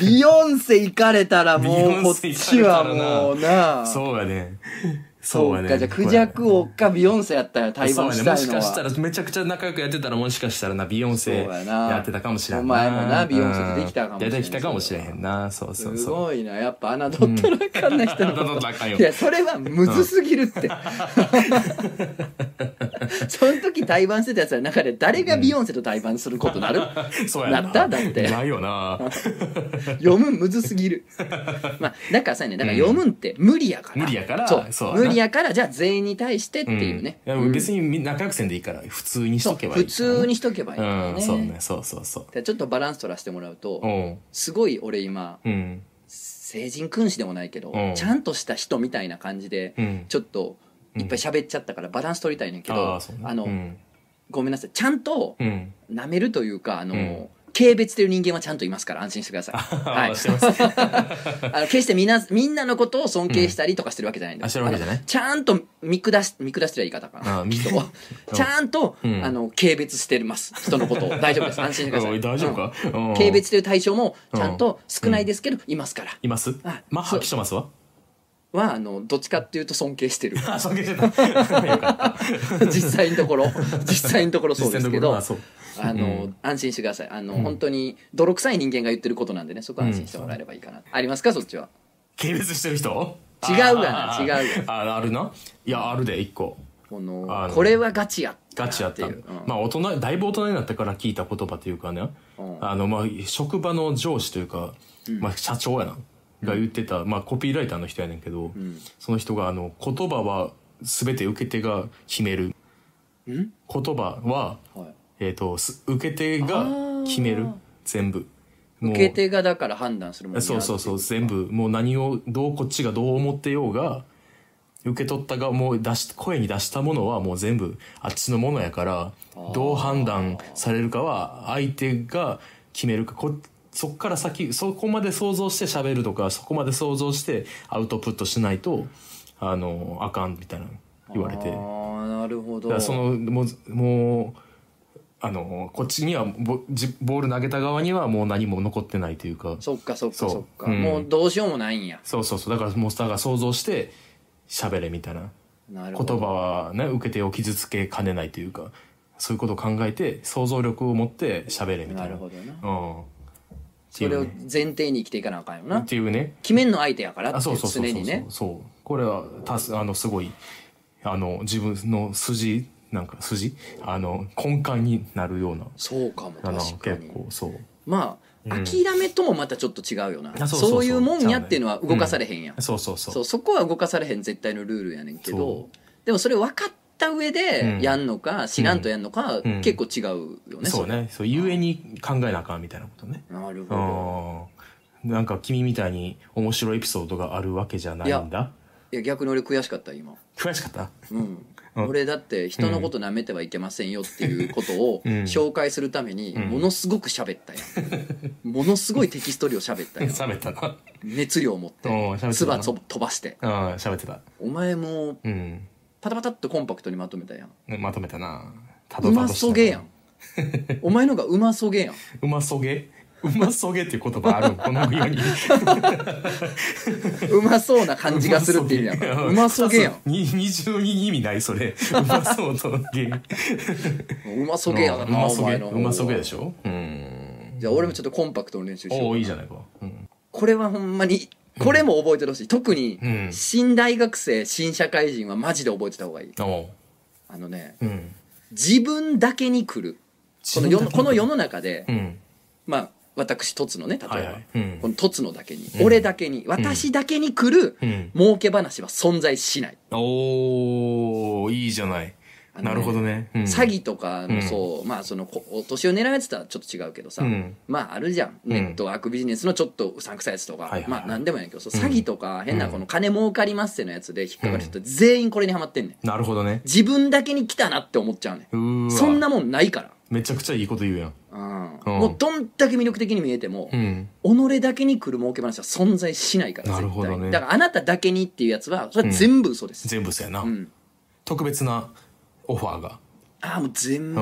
Speaker 1: ビヨンセ行かれたらも
Speaker 2: ビヨ
Speaker 1: う、
Speaker 2: ン
Speaker 1: こっ
Speaker 2: セ行か
Speaker 1: ち
Speaker 2: れた
Speaker 1: は
Speaker 2: らな
Speaker 1: もうな。
Speaker 2: そうやね。
Speaker 1: そうか、じゃあ、クジャク王かビヨンセやったら対
Speaker 2: そう
Speaker 1: 話し
Speaker 2: やね。
Speaker 1: た
Speaker 2: も
Speaker 1: い
Speaker 2: し
Speaker 1: の
Speaker 2: かした
Speaker 1: は。
Speaker 2: ら、めちゃくちゃ仲良くやってたら、もしかしたらな、ビヨンセ
Speaker 1: そうやな
Speaker 2: やってたかもしれんな
Speaker 1: お前
Speaker 2: い。
Speaker 1: もなビヨンセとできたかもしれん
Speaker 2: うん出てきたかもしれへんな。そうそう
Speaker 1: す
Speaker 2: そう。
Speaker 1: ごいな、やっぱ侮ったらあかんな人の
Speaker 2: 侮ったらあかんよ
Speaker 1: いや、それはむずすぎるって。 その時対バンしてたやつの中で誰がビヨンセと対バンすることなる、
Speaker 2: そうやな。
Speaker 1: なっただって
Speaker 2: ないよな。
Speaker 1: 読むんむずすぎ る。まあ、だからさね、だから読むんって無理やから。
Speaker 2: 無理やから
Speaker 1: そう。
Speaker 2: そうやな
Speaker 1: 無理やから、じゃあ全員に対してって
Speaker 2: うん
Speaker 1: いうね。
Speaker 2: や別にみんな仲良くせんでいいから、普通にし
Speaker 1: そう
Speaker 2: とけばいい。
Speaker 1: 普通。にしとけばいいんだよ
Speaker 2: うん、
Speaker 1: ね。
Speaker 2: そうね。そうそうそう。
Speaker 1: でちょっとバランス取らせてもらうと、
Speaker 2: おう
Speaker 1: すごい俺今、
Speaker 2: うん。
Speaker 1: 成人君子でもないけど、
Speaker 2: うん
Speaker 1: ちゃんとした人みたいな感じで、
Speaker 2: うん。
Speaker 1: ちょっといっぱい喋っちゃったからバランス取りたいねんけど、
Speaker 2: ああ、そうね
Speaker 1: あの、
Speaker 2: うん。
Speaker 1: ごめんなさいちゃんと
Speaker 2: うん。
Speaker 1: 舐めるというかあの、
Speaker 2: うん
Speaker 1: 軽蔑という人間はちゃんといますから安心してください。はい
Speaker 2: あ、してます。
Speaker 1: あの決してみなみんなのことを尊敬したりとかしてるわけじゃないんだ
Speaker 2: あ、してるわけじゃない
Speaker 1: ちゃんと見下し見下してる言い方かな。
Speaker 2: あ、見て。
Speaker 1: 人をちゃんと、
Speaker 2: うん
Speaker 1: あの軽蔑してます人のことを大丈夫 です安心してくださ
Speaker 2: おい
Speaker 1: い。
Speaker 2: 大丈夫か
Speaker 1: うん
Speaker 2: 軽
Speaker 1: 軽蔑という対象もちゃんと少ないですけど、いますから。
Speaker 2: います
Speaker 1: あ
Speaker 2: マッハ来 てますわ。
Speaker 1: はあのどっちかっていうと尊敬してる
Speaker 2: あ、尊敬してた。 よかった。
Speaker 1: 実際のところ実際のところ そうですけど
Speaker 2: 実践のところはそう。
Speaker 1: あの、安心してくださいあの、本当に泥臭い人間が言ってることなんでねそこは安心してもらえればいいかな、ありますかそっちは
Speaker 2: 軽蔑してる人
Speaker 1: 違うがな
Speaker 2: あー
Speaker 1: 違う
Speaker 2: ああるないやあるで一個
Speaker 1: この
Speaker 2: あの
Speaker 1: これはガチやった
Speaker 2: ガチや
Speaker 1: な
Speaker 2: ってた
Speaker 1: いううん
Speaker 2: まあ大人だいぶ大人になってから聞いた言葉というかね、
Speaker 1: うん
Speaker 2: あのまあ職場の上司というか、まあ、社長やなが言ってた、まあ、コピーライターの人やねんけど、その人があの言葉は全て受け手が決める言葉は、
Speaker 1: はい
Speaker 2: えー、とす受け手が決める全部もう
Speaker 1: 受け手がだから判断するもんね
Speaker 2: そうそうそう
Speaker 1: ある
Speaker 2: 全部もう何をどうこっちがどう思ってようが受け取ったがもう出し声に出したものはもう全部あっちのものやからどう判断されるかは相手が決めるかこそっから先そこまで想像して喋るとかそこまで想像してアウトプットしないとあのあかんみたいなの言われ
Speaker 1: 程
Speaker 2: て
Speaker 1: 度。ああなるほ
Speaker 2: だか
Speaker 1: ど
Speaker 2: らそのもうもうあのこっちにはボじボール投げた側にはもう何も残ってないというか
Speaker 1: そっかそっか
Speaker 2: そう
Speaker 1: そっか、
Speaker 2: うん
Speaker 1: もうどうしようもないんや
Speaker 2: そうそうそうだからもうだから想像して喋れみたいな
Speaker 1: なる
Speaker 2: 言
Speaker 1: ほど
Speaker 2: 葉はね受け手を傷つけかねないというかそういうことを考えて想像力を持って喋れみた
Speaker 1: ない
Speaker 2: な
Speaker 1: るほどな
Speaker 2: うんって
Speaker 1: そ
Speaker 2: い
Speaker 1: れ
Speaker 2: う
Speaker 1: を
Speaker 2: ね
Speaker 1: 前提に生きていかなあかんよな
Speaker 2: っていうね
Speaker 1: 決めんの相手やから
Speaker 2: あ
Speaker 1: って
Speaker 2: そ
Speaker 1: いうう
Speaker 2: そうそう
Speaker 1: 常
Speaker 2: そう
Speaker 1: にね
Speaker 2: そうこれはたすあのすごいあの自分の筋なんか筋あの根幹になるような
Speaker 1: そうかも
Speaker 2: あの
Speaker 1: 確か
Speaker 2: 結
Speaker 1: に
Speaker 2: 構そう
Speaker 1: まあ、諦めともまたちょっと違うよな
Speaker 2: あ
Speaker 1: そ
Speaker 2: そううそうそう
Speaker 1: いうもんやっていうのは動かされへんやん、
Speaker 2: そうそうそう
Speaker 1: そうそこは動かされへん絶対のルールやねんけど
Speaker 2: そ
Speaker 1: でもそれ分かった上で
Speaker 2: うん
Speaker 1: やんのか、知らんとやんのか、
Speaker 2: うん
Speaker 1: 結構違うよね
Speaker 2: そうねそうゆえに考えなあかんみたいなことね
Speaker 1: それなるほど
Speaker 2: うんなんか君みたいに面白いエピソードがあるわけじゃないんだ
Speaker 1: いや逆に俺悔しかった今
Speaker 2: 悔しかった
Speaker 1: うん
Speaker 2: うん
Speaker 1: 俺だって人のこと舐めてはいけませんよっていうことを
Speaker 2: うん
Speaker 1: 紹介するために
Speaker 2: ん
Speaker 1: ものすごく喋ったやんものすごいテキスト量喋ったや ん
Speaker 2: 冷め たな
Speaker 1: 熱量を持っ
Speaker 2: うん
Speaker 1: て
Speaker 2: 喋ってたな
Speaker 1: 唾飛ばして
Speaker 2: うん喋ってた
Speaker 1: お前も
Speaker 2: うん
Speaker 1: パタパタっとコンパクトにまとめたやん
Speaker 2: まとめたなた
Speaker 1: うまそげや
Speaker 2: ん
Speaker 1: んお前のがうまそげやん
Speaker 2: うまそげうまそげっていう言葉 あるこの世に
Speaker 1: うまそうな感じがするって意味や からうまそげやん
Speaker 2: に二重に意味ないそれうまそうとげ
Speaker 1: うまそげやな
Speaker 2: うんうま
Speaker 1: お
Speaker 2: そげ
Speaker 1: 前の
Speaker 2: うまそげでしょうん
Speaker 1: じゃあ俺もちょっとコンパクトの練習しよ
Speaker 2: お
Speaker 1: う
Speaker 2: おいいじゃないかうん
Speaker 1: これはほんまにこれも覚えてほしい特に
Speaker 2: うん
Speaker 1: 新大学生新社会人はマジで覚えてた方がいい
Speaker 2: おお
Speaker 1: あのね
Speaker 2: うん
Speaker 1: 自分だけに来るこの世のこの世の中で、
Speaker 2: うん
Speaker 1: まあ私とつのね例えば、
Speaker 2: はいはいうん
Speaker 1: このとつのだけに、俺だけに私だけに来る、
Speaker 2: うん
Speaker 1: 儲け話は存在しない、
Speaker 2: おーいいじゃない、
Speaker 1: あのね
Speaker 2: なるほどね、うん
Speaker 1: 詐欺とかのそう、まあそのこお年を狙うやつとはちょっと違うけどさ、
Speaker 2: うん
Speaker 1: まああるじゃんネットワークビジネスのちょっとうさんくさいやつとか、
Speaker 2: はいはいはい
Speaker 1: まあ何でもやねんけどそう詐欺とか変なこの金儲かりますってのやつで引っかかる人って全員これにはまってんねん
Speaker 2: なるほどね
Speaker 1: 自分だけに来たなって思っちゃうね
Speaker 2: うー
Speaker 1: ん
Speaker 2: わ
Speaker 1: そんなもんないから、
Speaker 2: めちゃくちゃいいこと言うやん
Speaker 1: うん
Speaker 2: うん
Speaker 1: もうどんだけ魅力的に見えても、
Speaker 2: うん
Speaker 1: 己だけに来る儲け話は存在しないから
Speaker 2: なるほどね
Speaker 1: 絶対だからあなただけにっていうやつはそれは全部嘘です、
Speaker 2: 全部そうやな、
Speaker 1: ん
Speaker 2: 特別なオファーが
Speaker 1: ああもう全
Speaker 2: うん
Speaker 1: 部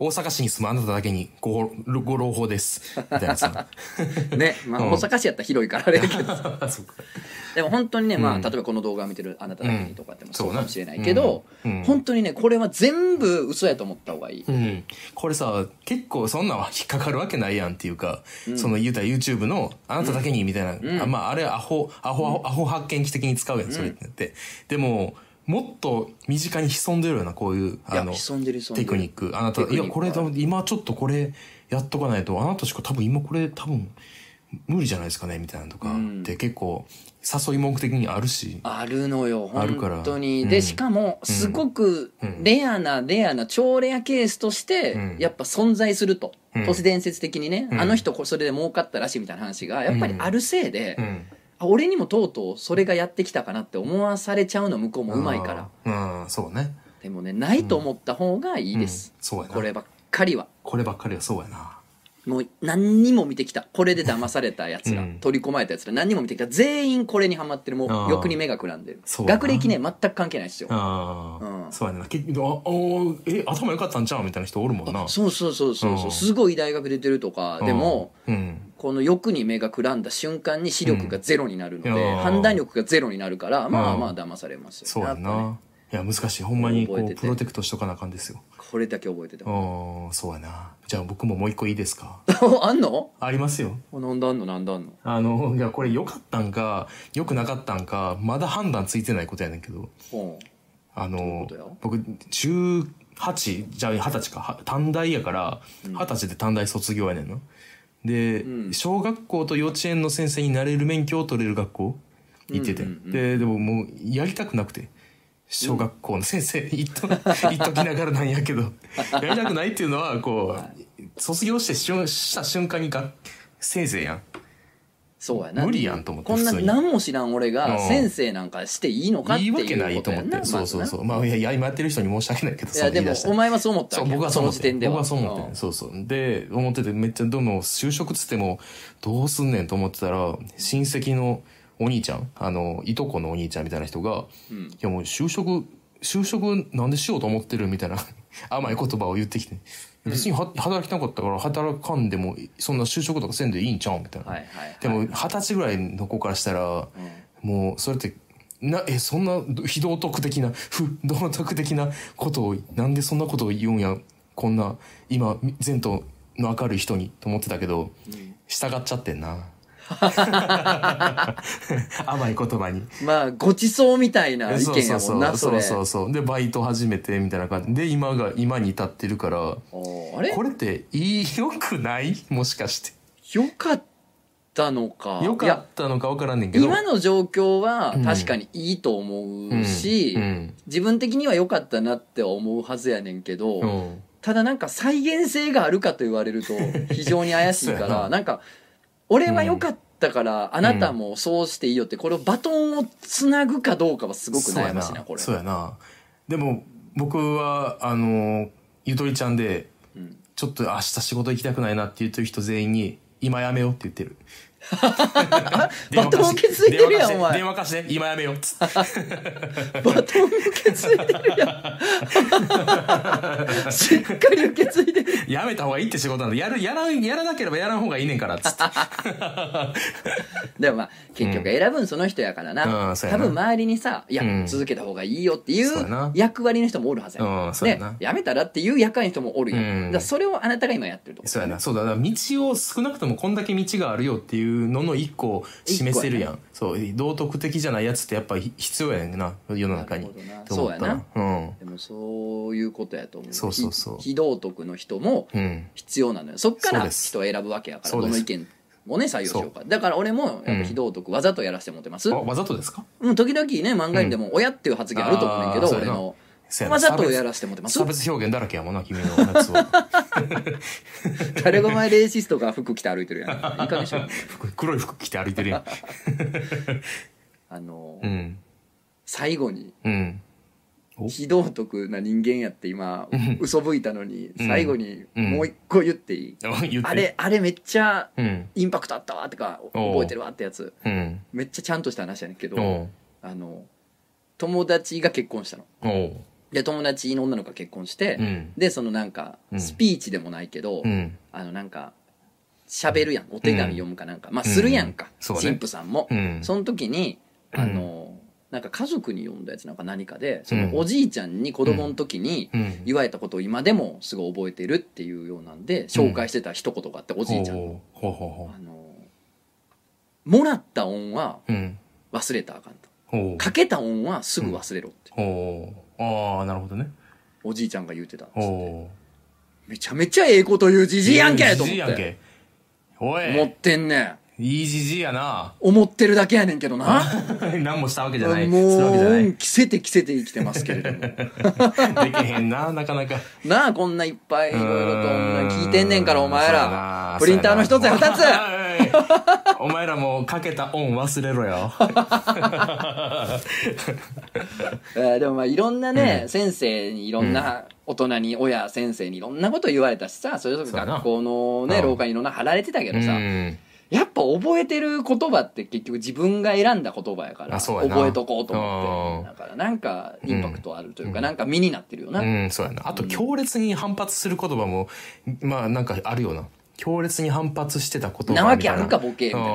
Speaker 2: 大阪市に住むあなただけにごご朗報です。みたい なさ。
Speaker 1: ねまあ
Speaker 2: うん
Speaker 1: 大阪市やったら広いからあれやけど
Speaker 2: そうか
Speaker 1: でも本当にね、まあ、
Speaker 2: うん
Speaker 1: 例えばこの動画を見てるあなただけにとかでも
Speaker 2: ん
Speaker 1: そうかもしれない
Speaker 2: そうね
Speaker 1: けど、
Speaker 2: うんうん
Speaker 1: 本当にねこれは全部嘘やと思った方がいい、
Speaker 2: うん、これさ結構そんなんは引っかかるわけないやんっていうか、その言うたら YouTube の「あなただけに」みたいな、あまああれアホアホアホアホ発見器的に使うやんそれってなって、でももっと身近に潜んでるようなこういう
Speaker 1: いや
Speaker 2: あの
Speaker 1: 潜んでる潜んで
Speaker 2: テ
Speaker 1: る
Speaker 2: クニックあなた
Speaker 1: テク
Speaker 2: い
Speaker 1: ニッ
Speaker 2: や
Speaker 1: ク
Speaker 2: これ多分今ちょっとこれやっとかないとあなたしか多分今これ多分無理じゃないですかねみたいなのとかって結構誘い目的にあるし、
Speaker 1: あるのよ
Speaker 2: あるから
Speaker 1: 本当に
Speaker 2: う
Speaker 1: で
Speaker 2: ん
Speaker 1: しかもすごく
Speaker 2: うん
Speaker 1: レアなレアな超レアケースとして
Speaker 2: うん
Speaker 1: やっぱ存在すると、
Speaker 2: うん
Speaker 1: 都市伝説的にね、
Speaker 2: うん
Speaker 1: あの人こそれで儲かったらしいみたいな話がやっぱりあるせいで、
Speaker 2: うん、
Speaker 1: あ俺にもとうとうそれがやってきたかなって思わされちゃうの向こうもうまいから
Speaker 2: うん、うんそうね
Speaker 1: でもねないと思った方がいいです、
Speaker 2: うんそうやな
Speaker 1: こればっかりは。
Speaker 2: こればっかりはそうやな
Speaker 1: もう何にも見てきたこれで騙されたやつら、
Speaker 2: うん
Speaker 1: 取り込まれたやつら何にも見てきた全員これにはまってるも
Speaker 2: あ
Speaker 1: う
Speaker 2: ー
Speaker 1: 欲に目がくらんでる
Speaker 2: そうだな
Speaker 1: 学歴ね全く関係ないですよ
Speaker 2: ああ、
Speaker 1: うん
Speaker 2: そうやねんな結局ああーえ頭良かったんちゃうみたいな人おるもんな
Speaker 1: そうそうそうそうそううんすごい大学出てるとか
Speaker 2: うん
Speaker 1: でも、
Speaker 2: うん
Speaker 1: この欲に目がくらんだ瞬間に視力がゼロになるので、
Speaker 2: うんいやー
Speaker 1: 判断力がゼロになるからまあ
Speaker 2: うん
Speaker 1: まあ騙されますよ、
Speaker 2: そうや
Speaker 1: やっぱね
Speaker 2: な、いや難しいほんまにこ
Speaker 1: 覚えて
Speaker 2: う
Speaker 1: て
Speaker 2: プロテクトしとかなあかんですよ
Speaker 1: これだけ覚えてて
Speaker 2: ああそうやなじゃあ僕ももう一個いいですか
Speaker 1: あんの
Speaker 2: ありますよ
Speaker 1: あなんだあんのなんだあんの
Speaker 2: あのいやこれ良かったんか良くなかったんかまだ判断ついてないことやねんけど
Speaker 1: ほ
Speaker 2: あ
Speaker 1: ういう
Speaker 2: の
Speaker 1: ことよ
Speaker 2: 僕18じゃあ二十歳かは短大やから二十歳で短大卒業やねんな、で、
Speaker 1: うん
Speaker 2: 小学校と幼稚園の先生になれる免許を取れる学校行ってて、
Speaker 1: うんうんうん
Speaker 2: ででももうやりたくなくて小学校の先生 言っと言っときながらなんやけどやりたくないっていうのはこう卒業してしゅんした瞬間にが先生やん
Speaker 1: そうやな
Speaker 2: 無理やんと思って
Speaker 1: こんな
Speaker 2: 普通に
Speaker 1: 何も知らん俺が
Speaker 2: うん
Speaker 1: 先生なんかしていいのかって
Speaker 2: い
Speaker 1: い
Speaker 2: いうわ
Speaker 1: こと
Speaker 2: け
Speaker 1: やな
Speaker 2: ないと思って、
Speaker 1: まず
Speaker 2: そ
Speaker 1: な
Speaker 2: うそうそうまあいやいや今やってる人に申し訳ないけど
Speaker 1: い
Speaker 2: そ
Speaker 1: や
Speaker 2: の
Speaker 1: で
Speaker 2: 言い
Speaker 1: も
Speaker 2: 出した
Speaker 1: お前はそう思った
Speaker 2: そ
Speaker 1: わ
Speaker 2: う
Speaker 1: けや
Speaker 2: 僕はそう思
Speaker 1: の
Speaker 2: っ
Speaker 1: 時
Speaker 2: て
Speaker 1: 点
Speaker 2: ん
Speaker 1: では
Speaker 2: 僕はそう思ってん、そうそうで思っててめっちゃどんどん就職つってもどうすんねんと思ってたら親戚のお兄ちゃんあのいとこのお兄ちゃんみたいな人が「いやもう就職就職なんでしようと思ってる?」みたいな甘い言葉を言ってきて「別には働きなかったから働かんでもそんな就職とかせんでいいんちゃう?」みたいな、
Speaker 1: はいはいはい
Speaker 2: でも二十歳ぐらいの子からしたら、もうそれってなえそんな非道徳的な不道徳的なことをなんでそんなことを言うんやこんな今前途の明るい人にと思ってたけど、従っちゃってん な甘い言葉に
Speaker 1: まあごちそうみたいな意見やもんなそ
Speaker 2: そ
Speaker 1: れ
Speaker 2: うそうそうでバイト始めてみたいな感じで今が今に至ってるから
Speaker 1: おーあれ
Speaker 2: これっていい良くないもしかして
Speaker 1: よかったのか
Speaker 2: 良
Speaker 1: い
Speaker 2: か
Speaker 1: や
Speaker 2: ったのか分からんねんけど
Speaker 1: 今の状況は確かにいいと思うし、
Speaker 2: うんうん
Speaker 1: 自分的には良かったなって思うはずやねんけど、
Speaker 2: うん
Speaker 1: ただなんか再現性があるかと言われ ると非常に怪しいか
Speaker 2: そうや
Speaker 1: ら
Speaker 2: な
Speaker 1: なんか俺は良かったからあなたもそうしていいよってこれをバトンをつなぐかどうかはすごく悩ましいなこれ
Speaker 2: そうやなでも僕はあのゆとりちゃんで、
Speaker 1: ん
Speaker 2: ちょっと明日仕事行きたくないなって言ってる人全員に「今やめよう」って言っ てる
Speaker 1: バトン受け継いでるやん
Speaker 2: 電
Speaker 1: お
Speaker 2: 話貸し
Speaker 1: 前
Speaker 2: て電話貸して今やめようっつって
Speaker 1: バトン受け継いでるやんしっかり受け継いでる
Speaker 2: やめた方がいいって仕事なんでやるやらんやらなければやらん方がいいねんから っつって
Speaker 1: でもまあ結局選ぶんその人やからな、
Speaker 2: うんそう
Speaker 1: 多
Speaker 2: やな
Speaker 1: 分周りにさ「いや、
Speaker 2: うん
Speaker 1: 続けた方がいいよ」ってい
Speaker 2: そうや
Speaker 1: う
Speaker 2: な
Speaker 1: 役割の人もおるはずや、
Speaker 2: うんそうや
Speaker 1: ね
Speaker 2: な
Speaker 1: やめたらっていう役割の人もおるやん、
Speaker 2: うん
Speaker 1: だからそれをあなたが今やってると
Speaker 2: そうやなそうだだから道を少なくともこんだけ道があるよっていうのの一個を示せるやんそう道徳的じゃないやつってやっぱ必要やねんな世の中に
Speaker 1: なるほどな
Speaker 2: と思ったなうん
Speaker 1: でもそういうことやと思う
Speaker 2: そうそうそう
Speaker 1: 非非道徳の人も
Speaker 2: うん
Speaker 1: 必要なのよそっか
Speaker 2: そう
Speaker 1: ら
Speaker 2: です
Speaker 1: 人を選ぶわけやから
Speaker 2: そう
Speaker 1: ど
Speaker 2: です
Speaker 1: の意見もね採用しようかだから俺もやっぱ非道徳、わざとやらせてもらってます
Speaker 2: あわざとですか
Speaker 1: うん時々ね漫画にでも「親」っていう発言あると思うねんけど、
Speaker 2: あーそう
Speaker 1: 俺
Speaker 2: やな
Speaker 1: の
Speaker 2: そうやな
Speaker 1: わざとやらせてもらってます
Speaker 2: 差別表現だらけやもんな君のや つは
Speaker 1: 誰がお前レイシストが服着て歩いてるやんいい加減にしろ
Speaker 2: 服黒い服着て歩いてるやん
Speaker 1: あの、
Speaker 2: うん
Speaker 1: 最後に
Speaker 2: うんお
Speaker 1: 非道徳な人間やって今嘘吹いたのに
Speaker 2: ん
Speaker 1: 最後に
Speaker 2: うん
Speaker 1: もう一個言っていい、
Speaker 2: あ言って
Speaker 1: あれあれめっちゃ
Speaker 2: うん
Speaker 1: インパクトあったわとか
Speaker 2: おう
Speaker 1: 覚えてるわってやつ
Speaker 2: うん
Speaker 1: めっちゃちゃんとした話やねんけど
Speaker 2: おう
Speaker 1: あの友達が結婚したの
Speaker 2: おう
Speaker 1: で友達の女の子が結婚して、
Speaker 2: うん
Speaker 1: でそのなんか
Speaker 2: うん
Speaker 1: スピーチでもないけど、
Speaker 2: うん
Speaker 1: あのなんか喋るやんお手紙読むかなんか、まあするやんか、
Speaker 2: うんそうね
Speaker 1: 神父さんも、
Speaker 2: うん
Speaker 1: その時に
Speaker 2: うん
Speaker 1: あの、なんか家族に読んだやつなんか何かでそうの
Speaker 2: ん
Speaker 1: おじいちゃんに子供の時に
Speaker 2: うん
Speaker 1: 言われたことを今でもすごい覚えてるっていうようなんで紹介してた一言があっておじいちゃんの、
Speaker 2: ほうほうほうほ
Speaker 1: あのもらった恩は
Speaker 2: ううん
Speaker 1: 忘れたらあかんと
Speaker 2: ほう
Speaker 1: かけた恩はすぐ忘れろって、
Speaker 2: ほうああなるほどね
Speaker 1: おじいちゃんが言うてたんですって
Speaker 2: ほう
Speaker 1: めちゃめちゃええこと言うじじいやんけと思
Speaker 2: じじいや
Speaker 1: っ
Speaker 2: ん
Speaker 1: て
Speaker 2: けお
Speaker 1: 思
Speaker 2: い
Speaker 1: ってんねん
Speaker 2: いいじじいやな
Speaker 1: 思ってるだけやねんけどな
Speaker 2: 何もしたわけじゃない
Speaker 1: も
Speaker 2: するわけじゃな
Speaker 1: う
Speaker 2: い
Speaker 1: 着せて着せて生きてますけれども
Speaker 2: できへんななかなか
Speaker 1: なあこんないっぱいいろいろと女聞いてんねんから
Speaker 2: う
Speaker 1: お前
Speaker 2: そうや
Speaker 1: ら
Speaker 2: な
Speaker 1: プリンターの一つや二つ
Speaker 2: そうやなおいお前らもうかけた恩忘れ ろよ
Speaker 1: えーでもまあいろんなね、先生にいろんな、大人に親先生にいろんなこと言われたしさそれぞれ
Speaker 2: そうやな
Speaker 1: 学校の
Speaker 2: う
Speaker 1: ね
Speaker 2: ん
Speaker 1: 廊下にいろんな貼られてたけ
Speaker 2: う
Speaker 1: どさ、
Speaker 2: ん
Speaker 1: やっぱ覚えてる言葉って結局自分が選んだ言葉やから
Speaker 2: あそうやな
Speaker 1: 覚えとこうと思
Speaker 2: うん
Speaker 1: ってだからなんかインパクトあるというか、
Speaker 2: うん
Speaker 1: なんか身になってるよな、
Speaker 2: うん、そうやな。あと、強烈に反発する言葉も、まあ、なんかあるよな。強烈に反発してたこと
Speaker 1: なわけあるかボケみたいな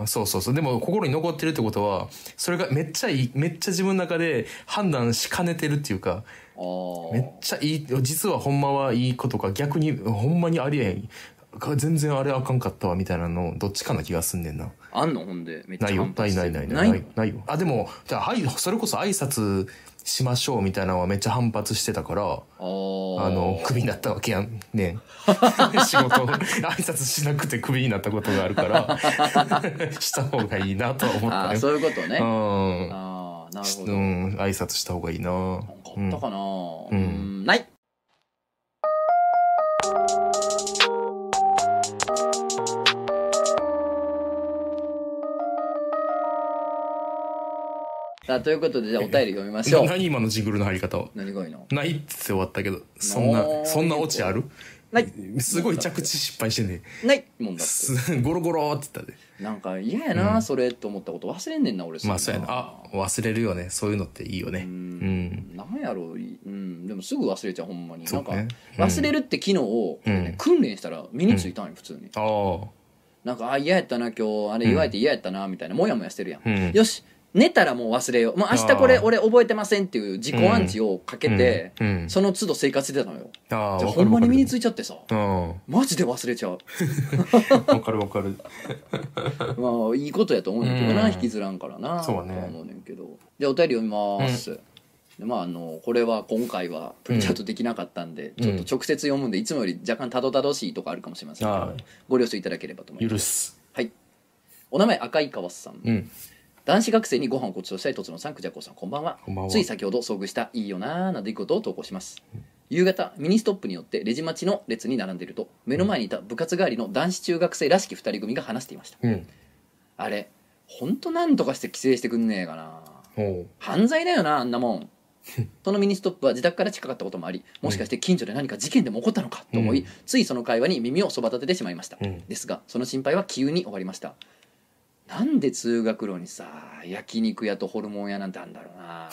Speaker 1: や
Speaker 2: つ。そうそうそう。でも、心に残ってるってことは、それがめっちゃいい、めっちゃ自分の中で判断しかねてるっていうか、
Speaker 1: あー
Speaker 2: めっちゃいい、実はほんまはいいことか、逆に、ほんまにありえん。か全然あれあかんかったわ、みたいなの、どっちかな気がすんねんな。
Speaker 1: あんのほんでめっちゃ
Speaker 2: ないよ
Speaker 1: 反。
Speaker 2: な
Speaker 1: 発
Speaker 2: い
Speaker 1: して
Speaker 2: ない
Speaker 1: る
Speaker 2: ない
Speaker 1: な
Speaker 2: ないい
Speaker 1: の
Speaker 2: ないないよ。あ、でも、じゃあ、はい、それこそ挨拶しましょうみたいなのはめっちゃ反発してたから、
Speaker 1: あー
Speaker 2: あの、クビになったわけやんね ん。仕事、挨拶しなくてクビになったことがあるから、 した方がいいなとは思っ
Speaker 1: あ
Speaker 2: た
Speaker 1: ー
Speaker 2: よ。
Speaker 1: そういうことね、
Speaker 2: うん。
Speaker 1: ああなるほ
Speaker 2: う
Speaker 1: ど、なんか
Speaker 2: ん、挨拶した方がいいな。う
Speaker 1: あっ
Speaker 2: ん
Speaker 1: たかな、うんん、ないさあということでじゃあお便り読みましょう
Speaker 2: な何今のジングルの入り方は。
Speaker 1: 何がいいの
Speaker 2: ないって終わったけど、そん
Speaker 1: な
Speaker 2: な、
Speaker 1: い
Speaker 2: そんなオチある
Speaker 1: ない
Speaker 2: すごい着地失敗してね。
Speaker 1: ないもんだって
Speaker 2: すゴロゴロって言ったで。
Speaker 1: なんか嫌やな、それと思ったこと忘れんねんな俺
Speaker 2: まあそうやな。あ、忘れるよね。そういうのっていいよね。う
Speaker 1: うん
Speaker 2: ん。
Speaker 1: なんやろう、うん、でもすぐ忘れちゃうほんまに、
Speaker 2: そ
Speaker 1: な
Speaker 2: うんね
Speaker 1: か
Speaker 2: うん
Speaker 1: 忘れるって機能を、
Speaker 2: うん
Speaker 1: ね訓練したら身についたんよ普通に、
Speaker 2: ああ。
Speaker 1: なんかあ嫌やったな今日あれ言われて嫌やったなみたいなもやもやしてるやん、
Speaker 2: うん
Speaker 1: よし寝たらもう忘れよう、まあ、明日これ俺覚えてませんっていう自己暗示をかけて、
Speaker 2: うんうん
Speaker 1: その都度生活してたのよ
Speaker 2: ああ
Speaker 1: じゃあ
Speaker 2: わ
Speaker 1: ほ
Speaker 2: かる
Speaker 1: んま
Speaker 2: わ
Speaker 1: に
Speaker 2: かる
Speaker 1: 身についちゃってさ
Speaker 2: うん。
Speaker 1: マジで忘れち ゃう
Speaker 2: わかるわかる。
Speaker 1: まあいいことやと思うんだけどな、
Speaker 2: うん
Speaker 1: 引きずらんからな
Speaker 2: そうね
Speaker 1: とは思うねんけどじゃあお便り読みます、でまあ、あのこれは今回はプリントアウトできなかったんで、
Speaker 2: うん
Speaker 1: ちょっと直接読むんでいつもより若干たどたどしいとかあるかもしれませんけ
Speaker 2: は
Speaker 1: ど
Speaker 2: い
Speaker 1: ご了承いただければと思います
Speaker 2: 許す。
Speaker 1: はいお名前赤井川さん、
Speaker 2: うん。
Speaker 1: 男子学生にご飯をごちそうしたいとつのさんくじゃこさんこんばんは
Speaker 2: こんばんは
Speaker 1: つい先ほど遭遇したいいよなーな出来事を投稿します夕方ミニストップによってレジ待ちの列に並んでいると目の前にいた部活帰りの男子中学生らしき2人組が話していました
Speaker 2: うん。
Speaker 1: あれほんとなんとかして規制してくんねえかな
Speaker 2: おう
Speaker 1: 犯罪だよなあんなも んそのミニストップは自宅から近かったこともありもしかして近所で何か事件でも起こったのかと思い、
Speaker 2: うん
Speaker 1: ついその会話に耳をそば立ててしまいました、
Speaker 2: うん
Speaker 1: ですがその心配は急に終わりましたなんで通学路にさ焼肉屋とホルモン屋なんてあんだろう な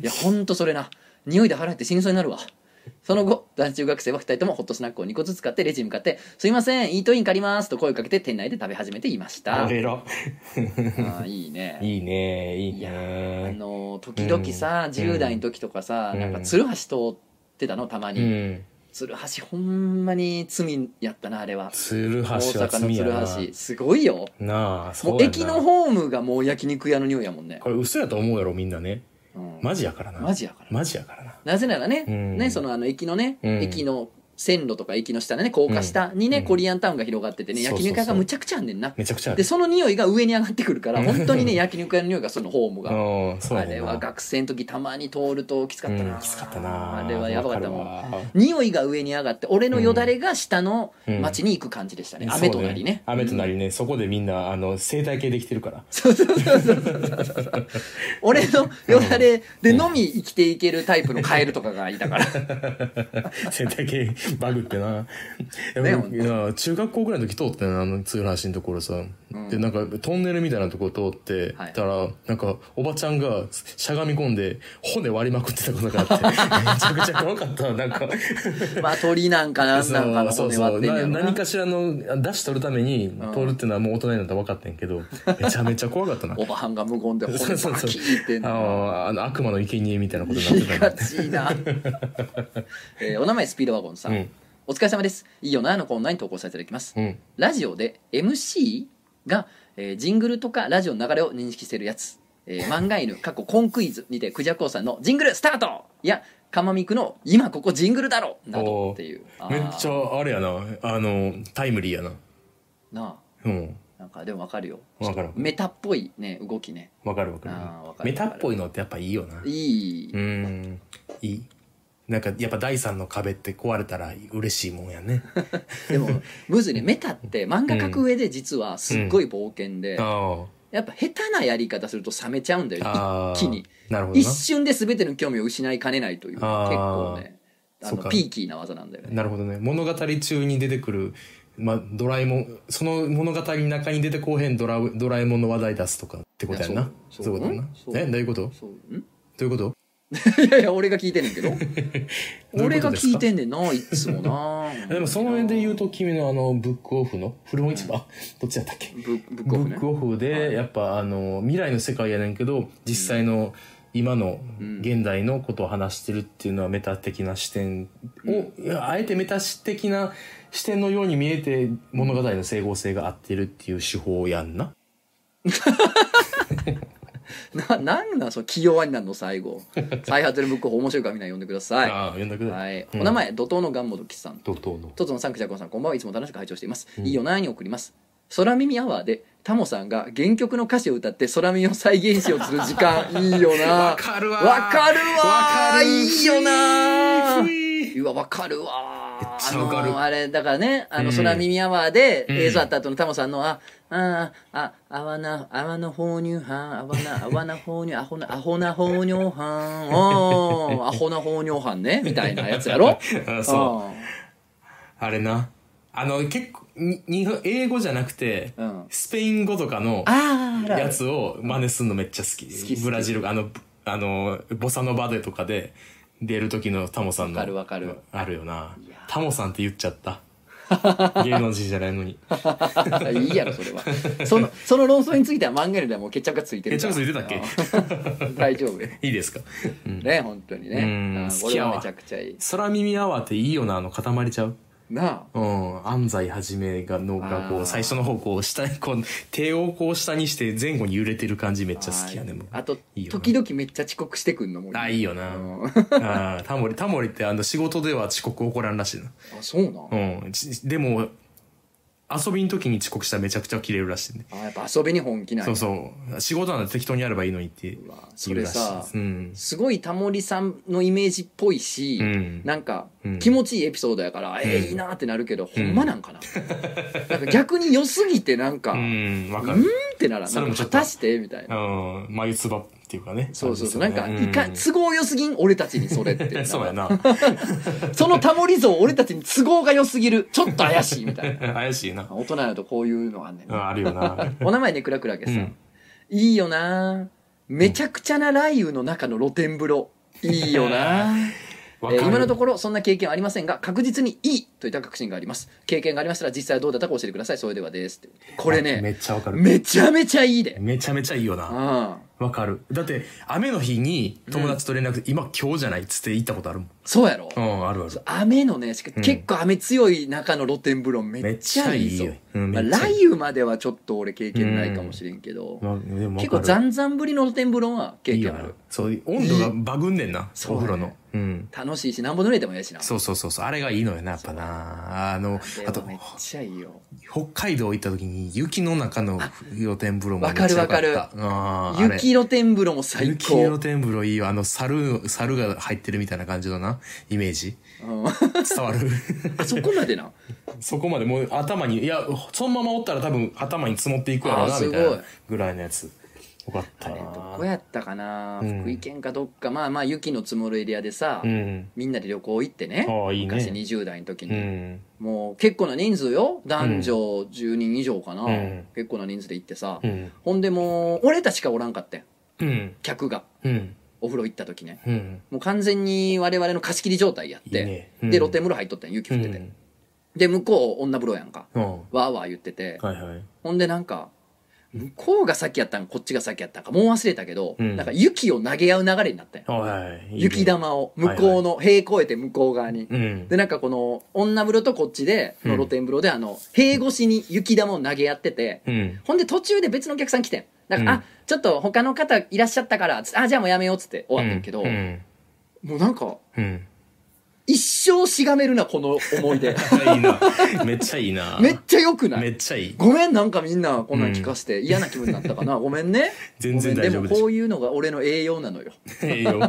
Speaker 1: いやほんとそれな匂いで払って死にそうになるわその後男子中学生は2人ともホットスナックを2個ずつ買ってレジに向かって「すいませんイートイン借ります」と声をかけて店内で食べ始めていました
Speaker 2: あら。
Speaker 1: あーいい ね
Speaker 2: いいね、いい
Speaker 1: いやあ
Speaker 2: ね。
Speaker 1: の時々さ、
Speaker 2: うん
Speaker 1: 10代の時とかさ、
Speaker 2: うん
Speaker 1: なんか鶴橋通ってたのたま
Speaker 2: う
Speaker 1: に、
Speaker 2: ん。
Speaker 1: 鶴橋ほんまに罪やったなあれは
Speaker 2: 鶴橋
Speaker 1: 大
Speaker 2: は
Speaker 1: 阪
Speaker 2: 罪やな
Speaker 1: の。鶴橋すごいよ
Speaker 2: なあ、そ
Speaker 1: も
Speaker 2: う
Speaker 1: う
Speaker 2: やな
Speaker 1: 駅のホームがもう焼肉屋の匂いやもんね、
Speaker 2: これ嘘やと思うやろ、みんなね。
Speaker 1: うん
Speaker 2: マジやからな。
Speaker 1: マジやから
Speaker 2: マジやからな。
Speaker 1: なぜならね,、
Speaker 2: うん
Speaker 1: ねそのあの駅のね、
Speaker 2: うん
Speaker 1: 駅の線路とか駅の下ねね高架下にね、
Speaker 2: うん
Speaker 1: コリアンタウンが広がっててね
Speaker 2: そうそう
Speaker 1: 焼
Speaker 2: そう
Speaker 1: 肉屋がむちゃくちゃあんねんな
Speaker 2: めちゃくちゃあ
Speaker 1: で
Speaker 2: る。
Speaker 1: その匂いが上に上がってくるから本当にね焼肉屋の匂いがそのホームが
Speaker 2: うん、そう
Speaker 1: あ
Speaker 2: や
Speaker 1: れ
Speaker 2: ねん
Speaker 1: は
Speaker 2: な。
Speaker 1: 学生の時たまに通るときつかったな、
Speaker 2: うん、きつかったな。
Speaker 1: あれはやばかったもん
Speaker 2: わるわ
Speaker 1: 匂いが上に上がって俺のよだれが下の町に行く感じでしたね、
Speaker 2: そう
Speaker 1: 雨となりね
Speaker 2: 雨となりね、そこでみんな、あの、生態系できて るから。
Speaker 1: 俺のよだれでのみ生きていけるタイプのカエルとかがいたから
Speaker 2: 生態系バグっ てな。
Speaker 1: ね
Speaker 2: いや中学校ぐらいの時通ってな、あの、通橋のところさ。で、なんか、トンネルみたいなとこ通って
Speaker 1: はい
Speaker 2: たら、なんか、おばちゃんがしゃがみ込んで、骨割りまくってたことがあ って、めちゃくちゃ怖かった。なんか、
Speaker 1: まあ鳥なんか なんなんかの
Speaker 2: そう
Speaker 1: 骨
Speaker 2: そ
Speaker 1: 割
Speaker 2: う
Speaker 1: ってんね
Speaker 2: な
Speaker 1: やろな
Speaker 2: 何かしらの出し取るために通るっていうのはもう大人になったら分かってんけど、めちゃめちゃ怖かったな。
Speaker 1: おばはんが無言で骨
Speaker 2: そうそう
Speaker 1: バ
Speaker 2: そう
Speaker 1: キーってん
Speaker 2: あ
Speaker 1: の
Speaker 2: のあの悪魔の生贄みたいなことになっ
Speaker 1: い
Speaker 2: てた
Speaker 1: が
Speaker 2: な
Speaker 1: ちい な、えーお名前スピードワゴンさん、
Speaker 2: うん
Speaker 1: お疲れ様ですいいよなのコーナーに投稿させていただきます、
Speaker 2: うん
Speaker 1: ラジオで MC が、えージングルとかラジオの流れを認識してるやつ、 えー、漫画犬過去コンクイズにてクジャコウさんのジングルスタートいやかまみくの今ここジングルだろなどっていうあー
Speaker 2: めっちゃあれやなあのタイムリーやな
Speaker 1: なあ
Speaker 2: うん
Speaker 1: なんかでもわかるよ
Speaker 2: わかる
Speaker 1: メタっぽいね動きね
Speaker 2: わかるわか
Speaker 1: あーわ
Speaker 2: る
Speaker 1: かる
Speaker 2: メタっぽいのってやっぱいいよない
Speaker 1: い、
Speaker 2: うんいいなんかやっぱ第三の壁って壊れたら嬉しいもんや ね
Speaker 1: でもむずいねメタって漫画描く上で実はすっごい冒険で、
Speaker 2: あ
Speaker 1: やっぱ下手なやり方すると冷めちゃうんだよ
Speaker 2: ーあー
Speaker 1: 一気に
Speaker 2: なるほど
Speaker 1: 一
Speaker 2: な
Speaker 1: 瞬で全ての興味を失いかねないという結
Speaker 2: あー
Speaker 1: 構ねあ
Speaker 2: そ
Speaker 1: の
Speaker 2: うか
Speaker 1: ピーキーな技なんだよね
Speaker 2: なるほどね物語中に出てくる、まあ、ドラえもんその物語の中に出てこうへんドラドラえもんの話題出すとかってことやん
Speaker 1: いや
Speaker 2: な
Speaker 1: そ
Speaker 2: そうういうことやな
Speaker 1: そう
Speaker 2: えどういうことど
Speaker 1: そううん
Speaker 2: ういうこと
Speaker 1: いやいや俺が聞いてんねん けど
Speaker 2: どうい
Speaker 1: 俺
Speaker 2: うこ
Speaker 1: が
Speaker 2: とです
Speaker 1: 聞
Speaker 2: か
Speaker 1: いてんねんないつもな
Speaker 2: でもその上で言うと君のあのブックオフの古本市場、どっちだったっけ
Speaker 1: ブブッ
Speaker 2: ブ
Speaker 1: クオフね
Speaker 2: ックオフでやっぱあの未来の世界やねんけど実際の今の
Speaker 1: ん
Speaker 2: 現代のことを話してるっていうのはメタ的な視点を、いやあえてメタ的な視点のように見えて物語の整合性が合ってるっていう手法やんな。
Speaker 1: ななんなんその気弱になるの最 後再発のブックオフ面白いからみんな読んでくださ
Speaker 2: ああ読んだく
Speaker 1: い、
Speaker 2: だ
Speaker 1: はい、
Speaker 2: うん
Speaker 1: お名前怒涛のガンモドキさん
Speaker 2: 怒涛の。
Speaker 1: トツノサンクジャコンさんこんばんはいつも楽しく拝聴しています、いいよなに送ります空耳アワーでタモさんが原曲の歌詞を歌って空耳を再現しようとする時 間いいよな
Speaker 2: わかるわー
Speaker 1: わかるわー
Speaker 2: わかる
Speaker 1: いいよな
Speaker 2: ふいふ
Speaker 1: うわわかるわー
Speaker 2: めっちゃわかる
Speaker 1: あのーあれだからねあの
Speaker 2: うん
Speaker 1: 空耳アワーで
Speaker 2: うん
Speaker 1: 映像あった後のタモさんのああああわなあわな放乳飯あわ なあわな放乳アホなアホな放尿飯おーアホな放尿飯ねみたいなやつやろ
Speaker 2: あそう。
Speaker 1: うん
Speaker 2: あれな。あの、結構、に日本英語じゃなくて、
Speaker 1: うん
Speaker 2: スペイン語とかの
Speaker 1: あーあるある
Speaker 2: やつを真似するのめっちゃ好き。
Speaker 1: き好き
Speaker 2: ブラジル、あの、あの、ボサノバでとかで出る時のタモさんの。
Speaker 1: わかるわかる
Speaker 2: あるよな。タモさんって言っちゃった。芸能人じゃない のに。
Speaker 1: いいやろそれはそ のその論争については漫画よりはもう決着がついてるから
Speaker 2: 決着がついて
Speaker 1: たっけ 大丈夫ね
Speaker 2: いいですか
Speaker 1: 本当に
Speaker 2: う
Speaker 1: ね
Speaker 2: ん
Speaker 1: あー
Speaker 2: 好
Speaker 1: こ
Speaker 2: き
Speaker 1: れ
Speaker 2: や
Speaker 1: は
Speaker 2: わ
Speaker 1: めちゃくちゃいい
Speaker 2: 空耳アワーっていいよな、あの塊ちゃう
Speaker 1: な
Speaker 2: うん、安西はじめがのがこ
Speaker 1: あー
Speaker 2: う最初の方こう下にこう手をこう下にして前後に揺れてる感じめっ
Speaker 1: あ
Speaker 2: ちゃ好きやねもう
Speaker 1: あと
Speaker 2: いいよな
Speaker 1: 時々めっちゃ遅刻してくんのも
Speaker 2: あいいよな
Speaker 1: うんあ
Speaker 2: あータモリタモリってあの仕事では遅刻起こらんらしいな
Speaker 1: そうなん
Speaker 2: うんちでも遊びの時に遅刻したらめちゃくちゃ切れるらしいね
Speaker 1: あーやっぱ遊びに本気なん
Speaker 2: そ
Speaker 1: や
Speaker 2: うそう仕事なんて適当にやればいいのにって言う
Speaker 1: わ
Speaker 2: らし
Speaker 1: そ
Speaker 2: い
Speaker 1: れさ
Speaker 2: うん
Speaker 1: すごいタモリさんのイメージっぽいし、
Speaker 2: うん
Speaker 1: なんか
Speaker 2: うん
Speaker 1: 気持ちいいエピソードやから、えーいいなってなるけど、ほんまなん かななんか逆に良すぎてなんか、
Speaker 2: う
Speaker 1: うん
Speaker 2: んわかる
Speaker 1: ってなら
Speaker 2: そ
Speaker 1: な
Speaker 2: れ
Speaker 1: ん
Speaker 2: も
Speaker 1: か
Speaker 2: ちょ
Speaker 1: 果
Speaker 2: っと
Speaker 1: たしてみたいな
Speaker 2: うん眉唾っていうかね
Speaker 1: そうそうそう、
Speaker 2: あ
Speaker 1: な
Speaker 2: れ
Speaker 1: ん
Speaker 2: ですよ
Speaker 1: か、いか、
Speaker 2: ねうん
Speaker 1: 都合良すぎん、俺たちにそれって。
Speaker 2: そうやな
Speaker 1: そのタモリ像、俺たちに都合が良すぎる。ちょっと怪しい、みた いな。
Speaker 2: 怪しいな
Speaker 1: 大人だとこういうのあんねん
Speaker 2: う
Speaker 1: な。
Speaker 2: んある よな
Speaker 1: お名前ね、クラクラゲさん。
Speaker 2: うん
Speaker 1: いいよなめちゃくちゃな雷雨の中の露天風呂。いいよな
Speaker 2: わ
Speaker 1: え
Speaker 2: かる
Speaker 1: ー今のところそんな経験はありませんが確実にいいといった確信があります経験がありましたら実際はどうだったか教えてくださいそれではですってこれ
Speaker 2: め
Speaker 1: ね
Speaker 2: っちゃわかる
Speaker 1: めちゃめちゃいいで
Speaker 2: めちゃめちゃいいよな。
Speaker 1: ああ
Speaker 2: わかる。だって、雨の日に友達と連絡、今今日じゃないっつって行ったことあるもん。
Speaker 1: そうやろ
Speaker 2: うん、あるある。
Speaker 1: 雨のね、しか
Speaker 2: ん
Speaker 1: 結構雨強い中の露天風呂めっちゃいいぞ。
Speaker 2: めっちゃいいようん
Speaker 1: まあ、
Speaker 2: めっちゃいい
Speaker 1: 雷雨まではちょっと俺経験ないかもしれんけど、
Speaker 2: まあでもわ
Speaker 1: 結
Speaker 2: か
Speaker 1: 構
Speaker 2: る
Speaker 1: ざんざんぶりの露天風呂はい経
Speaker 2: いよ
Speaker 1: 験あ
Speaker 2: な
Speaker 1: る。。
Speaker 2: そう、温度がバグんねんな、
Speaker 1: そう
Speaker 2: お
Speaker 1: だね
Speaker 2: 風呂の。うん。
Speaker 1: 楽しいし、なんぼ濡れてもええしな。
Speaker 2: そうそうそうそう、あれがいいのよな、やっぱな。あの、あ
Speaker 1: あ
Speaker 2: と
Speaker 1: と、めっちゃいいよ。
Speaker 2: 北海道行った時に雪の中の露天風呂もめっちゃ良
Speaker 1: わかる
Speaker 2: か
Speaker 1: わ
Speaker 2: った。あーあれ
Speaker 1: 雪露天風呂も最
Speaker 2: 雪露
Speaker 1: 高。
Speaker 2: 天風呂いいよ。あの、猿、猿が入ってるみたいな感じのな、イメージ。
Speaker 1: うん
Speaker 2: 伝わる
Speaker 1: あそこまでな。
Speaker 2: そこまでもう頭にいやそのままおったら多分頭に積もっていくやろう
Speaker 1: あ
Speaker 2: な
Speaker 1: ー
Speaker 2: みたい
Speaker 1: すごい
Speaker 2: なぐらいのやつよかった
Speaker 1: あ
Speaker 2: な
Speaker 1: れどこやったかな、
Speaker 2: うん
Speaker 1: 福井県かどっかまあまあ雪の積もるエリアでさ、
Speaker 2: うん
Speaker 1: みんなで旅行行ってね
Speaker 2: ああいいね
Speaker 1: 昔20代の時
Speaker 2: う
Speaker 1: に、
Speaker 2: ん
Speaker 1: もう結構な人数よ男女10人以上かな、
Speaker 2: うん
Speaker 1: 結構な人数で行ってさ、
Speaker 2: うん
Speaker 1: ほんでもう俺たちしかおらんかったよ
Speaker 2: うん
Speaker 1: 客が
Speaker 2: うん
Speaker 1: お風呂行った時ね
Speaker 2: うん
Speaker 1: もう完全に我々の貸し切り状態やって
Speaker 2: いいねうん
Speaker 1: で露天風呂入っとったん雪降ってて、で向こう女風呂やんか
Speaker 2: うんうん
Speaker 1: わーわー言ってて、
Speaker 2: はいはい
Speaker 1: ほんでなんか向こうが先やったんかこっちが先やったんかもう忘れたけど、
Speaker 2: うん
Speaker 1: なんか雪を投げ合う流れになったんよ
Speaker 2: あはいいいね
Speaker 1: 雪玉を向こうの塀越えて向こう側に、
Speaker 2: うん
Speaker 1: でなんかこの女風呂とこっちでの露天風呂であの塀越しに雪玉を投げ合ってて、
Speaker 2: うん
Speaker 1: ほんで途中で別のお客さん来てんなんか、
Speaker 2: うん
Speaker 1: あちょっと他の方いらっしゃったからつってあじゃあもうやめようっつって終わってんけど、
Speaker 2: うん
Speaker 1: もうなんか
Speaker 2: うん
Speaker 1: 一生しがめるなこの思 い出
Speaker 2: いいなめっちゃいいな
Speaker 1: めっちゃよくな
Speaker 2: め
Speaker 1: い
Speaker 2: っちゃいい
Speaker 1: ごめんなんかみんなこんなん聞かして嫌な気分になったか なごめんね
Speaker 2: 全然
Speaker 1: ごめん
Speaker 2: 大丈夫
Speaker 1: で
Speaker 2: で
Speaker 1: も
Speaker 2: しょ
Speaker 1: こういうのが俺の栄養なのよ
Speaker 2: 栄養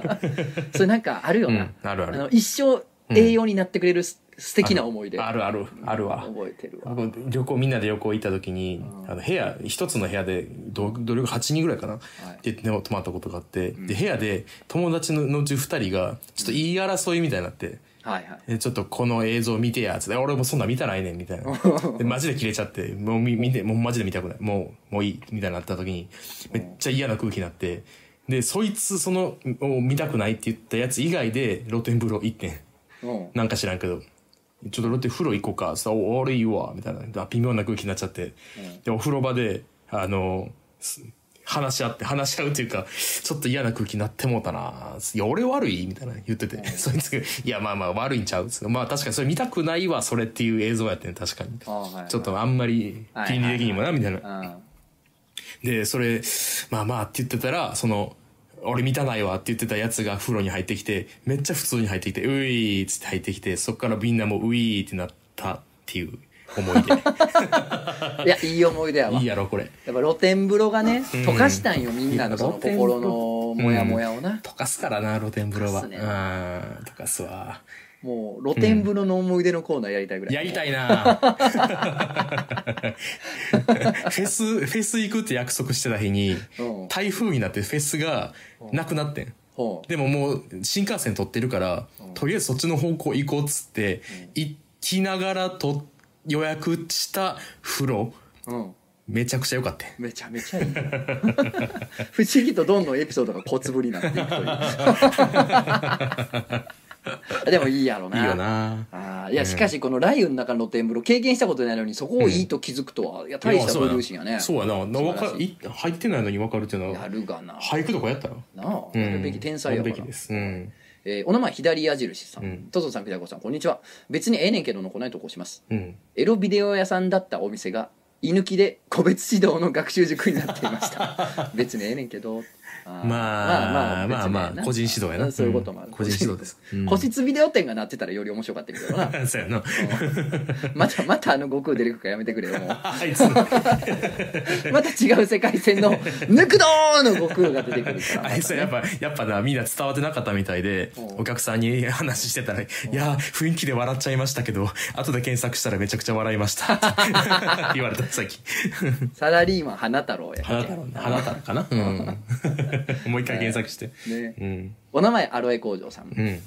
Speaker 1: それなんかあるよ
Speaker 2: う
Speaker 1: な、
Speaker 2: んあるあ
Speaker 1: あ
Speaker 2: る
Speaker 1: の一生栄養になってくれるす、素敵な思い出
Speaker 2: あるあるあるわ
Speaker 1: 覚えてるわ
Speaker 2: 僕旅行みんなで旅行行った時に、あの部屋一つの部屋で同同僚が8人ぐらいかな、ででも泊まったことがあって、で部屋で友達ののうち2人がちょっと言い争いみたいになって。
Speaker 1: はいはい
Speaker 2: でちょっとこの映像見てやつって俺もそんなん見たないねんみたいなでマジで切れちゃってもう見見てもうマジで見たくないもうもういいみたいになった時にめっちゃ嫌な空気になってでそいつそのもう見たくないって言ったやつ以外で露天風呂行ってん
Speaker 1: うん
Speaker 2: なんか知らんけど、ちょっとロッテ風呂行こうか、さ、お俺いいわ、みたいな、あ微妙な空気になっちゃって。で、お風呂場で、あの、す話し合って、話し合うというか、ちょっと嫌な空気になってもうたな。いや、俺悪いみたいな言ってて、そいつが、いや、まあまあ悪いんちゃうまあ確かにそれ見たくないわ、それっていう映像やってね、確かに。
Speaker 1: あはいはい
Speaker 2: ちょっとあんまり気にできにもな、みたいな。
Speaker 1: うん
Speaker 2: で、それ、まあまあって言ってたら、その、俺満たないわって言ってたやつが風呂に入ってきて、めっちゃ普通に入ってきて、ういーっつって入ってきて、そっからみんなもうういーってなったっていう思い 出。
Speaker 1: いやいい思い出やわ
Speaker 2: いいやろ、これ。
Speaker 1: やっぱ露天風呂がね溶かしたんよみんなのその
Speaker 2: いや露天風
Speaker 1: 心
Speaker 2: 呂
Speaker 1: のモヤモヤをな、
Speaker 2: 溶かすからな、露天風呂は。
Speaker 1: 溶かすね
Speaker 2: うん、溶かすわ。
Speaker 1: もう露天風呂の思い出のコーナーやりたいぐらい、
Speaker 2: やりた いなフェス、フェス行くって約束してた日に
Speaker 1: うん、
Speaker 2: 台風になってフェスがなくなってん。
Speaker 1: ほう
Speaker 2: でももう新幹線取ってるから、とりあえずそっちの方向行こうっつって、行きながらと予約した風呂
Speaker 1: うん
Speaker 2: めちゃくちゃ良かったよ
Speaker 1: めちゃめちゃいい 不思議とどんどんエピソードが小粒になっていくという でもいいやろない
Speaker 2: いよな
Speaker 1: あーいやしかしこの雷雨の中の露天風呂経験したことないのにそこをいいと気づくとは、いや大した
Speaker 2: いやそう
Speaker 1: ブ
Speaker 2: や
Speaker 1: ル
Speaker 2: な
Speaker 1: ーシーンやね
Speaker 2: そうやななわ
Speaker 1: 素
Speaker 2: か
Speaker 1: 晴ら
Speaker 2: い入ってないのに分かるっていうの
Speaker 1: や
Speaker 2: は
Speaker 1: るがな
Speaker 2: 俳句とかやったら
Speaker 1: なあ、
Speaker 2: うん
Speaker 1: やるべき天才や
Speaker 2: や
Speaker 1: か
Speaker 2: る
Speaker 1: ら
Speaker 2: べきですうん
Speaker 1: えーお名前左矢印さん、
Speaker 2: うん
Speaker 1: トトさんピタコさんこんにちは別にええねんけどのこないとこします
Speaker 2: うん
Speaker 1: エロビデオ屋さんだったお店が居抜きで個別指導の学習塾になっていました 別にええねんけどあー
Speaker 2: まあまあま
Speaker 1: 別にえ
Speaker 2: あ
Speaker 1: えな
Speaker 2: 個人指導やな
Speaker 1: そういうこともある、
Speaker 2: うん個人指 導ですうん
Speaker 1: 個室ビデオ店がなってたらより面白かったけどな
Speaker 2: そうやな
Speaker 1: またまたあの悟空出てくるからやめてくれよもう
Speaker 2: あいつ
Speaker 1: また違う 世界線 の「ぬくどー!」の悟空が出てくるから
Speaker 2: あいつはやっぱ、やっぱな、みんな伝わってなかったみたいで、
Speaker 1: うん
Speaker 2: お客さんに話してたら、いや、雰囲気で笑っちゃいましたけど、後で検索したらめちゃくちゃ笑いました。って言われた、 さっき。
Speaker 1: サラリーマン花太郎やっけ
Speaker 2: 花太郎な花太郎かな うん。もう一回検索して。
Speaker 1: ね
Speaker 2: うん。
Speaker 1: お名前アロエ工場さん
Speaker 2: うん。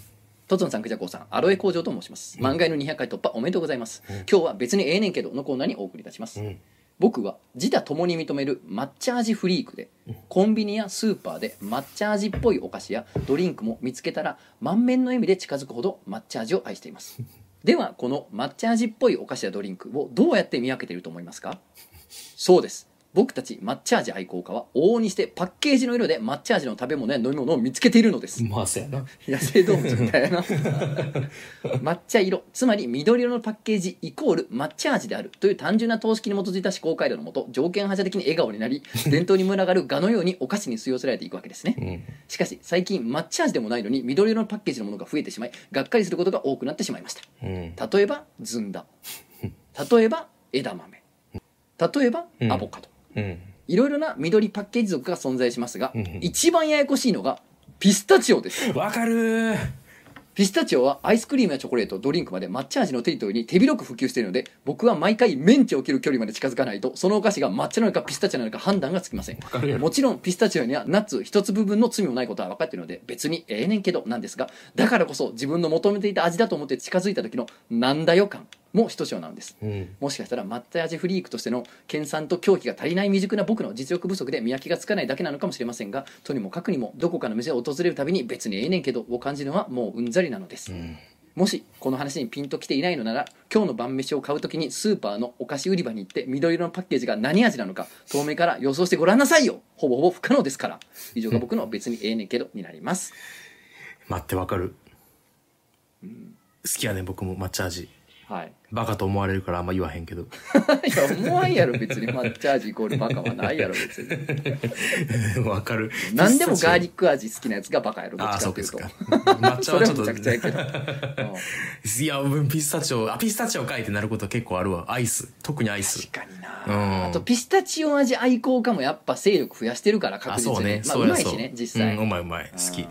Speaker 1: とつのさんくじゃこうさんアロエ工場と申します漫画の200回突破おめでとうございます、今日は別にええねんけどのコーナーにお送りいたします、
Speaker 2: ん
Speaker 1: 僕は自他ともに認める抹茶味フリークでコンビニやスーパーで抹茶味っぽいお菓子やドリンクも見つけたら満面の笑みで近づくほど抹茶味を愛していますではこの抹茶味っぽいお菓子やドリンクをどうやって見分けていると思いますかそうです僕たち抹茶味愛好家は往々にしてパッケージの色で抹茶味の食べ物や飲み物を見つけているのです
Speaker 2: まあ、そうやな。
Speaker 1: 野生動物みたい な抹茶色つまり緑色のパッケージイコール抹茶味であるという単純な等式に基づいた思考回路のもと条件反射的に笑顔にな り伝統に群がる蛾のようにお菓子に吸い寄せられていくわけですね、
Speaker 2: うん。
Speaker 1: しかし最近抹茶味でもないのに緑色のパッケージのものが増えてしまいがっかりすることが多くなってしまいました
Speaker 2: うん。
Speaker 1: 例えばずんだ例えば枝豆例えば
Speaker 2: うん
Speaker 1: アボカド、
Speaker 2: うん。
Speaker 1: いろいろな緑パッケージ族が存在しますが、
Speaker 2: うんうん
Speaker 1: 一番ややこしいのがピスタチオです
Speaker 2: わかるー
Speaker 1: ピスタチオはアイスクリームやチョコレートドリンクまで抹茶味のテリトリーに手広く普及しているので僕は毎回メンチを切る距離まで近づかないとそのお菓子が抹茶なのかピスタチオなのか判断がつきません
Speaker 2: かるやろ
Speaker 1: もちろんピスタチオにはナッツ一粒分の罪もないことは分かっているので別にええねんけどなんですがだからこそ自分の求めていた味だと思って近づいた時のなんだよ感も一章なんです
Speaker 2: うん
Speaker 1: もしかしたら抹茶味フリークとしての研鑽と狂気が足りない未熟な僕の実力不足で見分けがつかないだけなのかもしれませんがとにもかくにもどこかの店を訪れるたびに別にええねんけどを感じるのはもううんざりなのです、
Speaker 2: ん
Speaker 1: もしこの話にピンときていないのなら今日の晩飯を買うときにスーパーのお菓子売り場に行って緑色のパッケージが何味なのか遠目から予想してごらんなさいよほぼほぼ不可能ですから以上が僕の別にええねんけどになります
Speaker 2: 待ってわかる好きやねん僕も抹茶味
Speaker 1: はい
Speaker 2: バカと思われるからあんま言わへんけど
Speaker 1: いや思わんやろ別に抹茶味イコールバカはないやろ別に
Speaker 2: わかる
Speaker 1: 何でも
Speaker 2: ピスタチオ
Speaker 1: ガーリック味好きなやつがバカやろどっ
Speaker 2: ああ
Speaker 1: ち
Speaker 2: そ
Speaker 1: かっていう
Speaker 2: うです
Speaker 1: と
Speaker 2: か 抹茶
Speaker 1: そ
Speaker 2: は
Speaker 1: れは
Speaker 2: ちょっ
Speaker 1: む
Speaker 2: と
Speaker 1: ちゃくちゃやけどうん
Speaker 2: いやうんピスタチオあピスタチオかいってなること結構あるわアイス特にアイス
Speaker 1: 確かに
Speaker 2: う
Speaker 1: なんあとピスタチオ味愛好家もやっぱ勢力増やしてるから
Speaker 2: あ
Speaker 1: 確実
Speaker 2: そう
Speaker 1: に
Speaker 2: ね、
Speaker 1: まあ
Speaker 2: そううや
Speaker 1: まい
Speaker 2: そう
Speaker 1: しね実際
Speaker 2: うんうまいうまい好き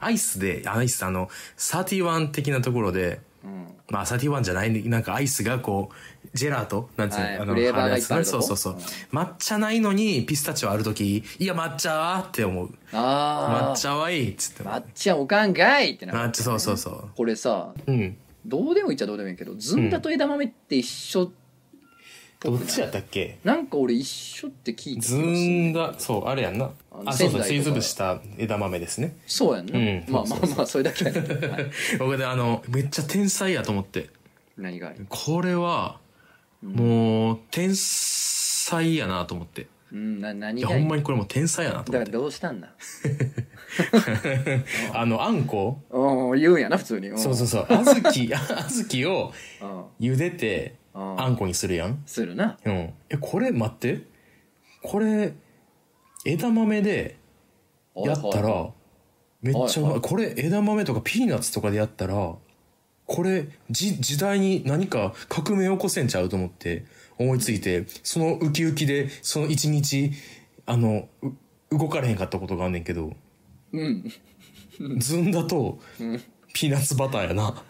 Speaker 2: アイスでアイスあの31的なところで
Speaker 1: うん
Speaker 2: まあ、サティワンじゃないねなんかアイスがこう、ジェラートなんつうの、
Speaker 1: はい
Speaker 2: あの、
Speaker 1: フレーバーがいっぱいあるとこ
Speaker 2: そうそうそう。抹茶ないのにピスタチオあるとき、いや、抹茶って思う。
Speaker 1: あ
Speaker 2: 抹
Speaker 1: あ
Speaker 2: 茶はいいっつって。
Speaker 1: 抹茶おかんかいってな
Speaker 2: 抹
Speaker 1: る
Speaker 2: 茶、そうそうそう。
Speaker 1: これさ
Speaker 2: うん。
Speaker 1: どうでもいいっちゃどうでもいいけどずんだと枝豆って一緒
Speaker 2: どっちやったっけ
Speaker 1: なんか俺一緒って聞いて
Speaker 2: ずんだ、そう、あれやんな
Speaker 1: あ。の
Speaker 2: あ、そ
Speaker 1: 仙
Speaker 2: うそう、
Speaker 1: 台
Speaker 2: すり
Speaker 1: とか
Speaker 2: 潰した枝豆ですね。
Speaker 1: そうやんな
Speaker 2: うん
Speaker 1: まあ
Speaker 2: そ
Speaker 1: ま
Speaker 2: う
Speaker 1: あまあそれだけやねはい
Speaker 2: 僕で、あの、めっちゃ天才やと思って。
Speaker 1: 何がある
Speaker 2: これは、もう、天才やなと思って。い
Speaker 1: うんな何
Speaker 2: や、
Speaker 1: が
Speaker 2: ほ
Speaker 1: いい
Speaker 2: んまにこれもう天才やなと
Speaker 1: だか
Speaker 2: 思
Speaker 1: ら
Speaker 2: って。
Speaker 1: どうしたんだ
Speaker 2: あの、あんこ
Speaker 1: うん言うんやな普通にん
Speaker 2: そうそうそう。あずき、 あずきを、
Speaker 1: うん
Speaker 2: 茹でて
Speaker 1: うん
Speaker 2: あんこにするやん、
Speaker 1: するな
Speaker 2: うん、えこれ待ってこれ枝豆でやった
Speaker 1: はいはい
Speaker 2: らめっちゃうまい、
Speaker 1: はいはい
Speaker 2: これ枝豆とかピーナッツとかでやったらこれじ時代に何か革命起こせんちゃうと思って思いついてそのウキウキでその一日あのう動かれへんかったことがあんねんけど
Speaker 1: うん
Speaker 2: ずんだとピーナッツバターやな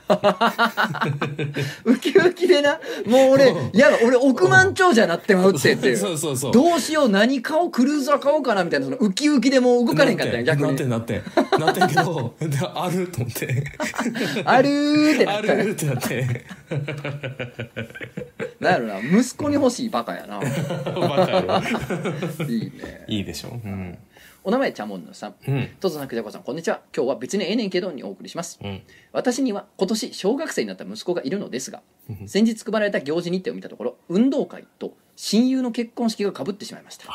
Speaker 1: ウキウキでなもう俺
Speaker 2: う
Speaker 1: いや俺億万長者なってまうってってい
Speaker 2: そうそうそう
Speaker 1: どうしよう何買おうクルーザー買おうかなみたいなそのウキウキでもう動かれへんかったんや逆
Speaker 2: なっ
Speaker 1: に
Speaker 2: てんなってんなってんけど であると思って
Speaker 1: あるーってな
Speaker 2: あ
Speaker 1: ったら
Speaker 2: るってなって
Speaker 1: なんやろな息子に欲しいバカやな
Speaker 2: バカやろ
Speaker 1: いいね
Speaker 2: いいでしょうん
Speaker 1: お名前ちゃんもんのさん
Speaker 2: うん
Speaker 1: とぞなくじゃこさんこんにちは今日は別にええねんけどにお送りします
Speaker 2: うん
Speaker 1: 私には今年小学生になった息子がいるのですが先日配られた行事日程を見たところ運動会と親友の結婚式がかぶってしまいました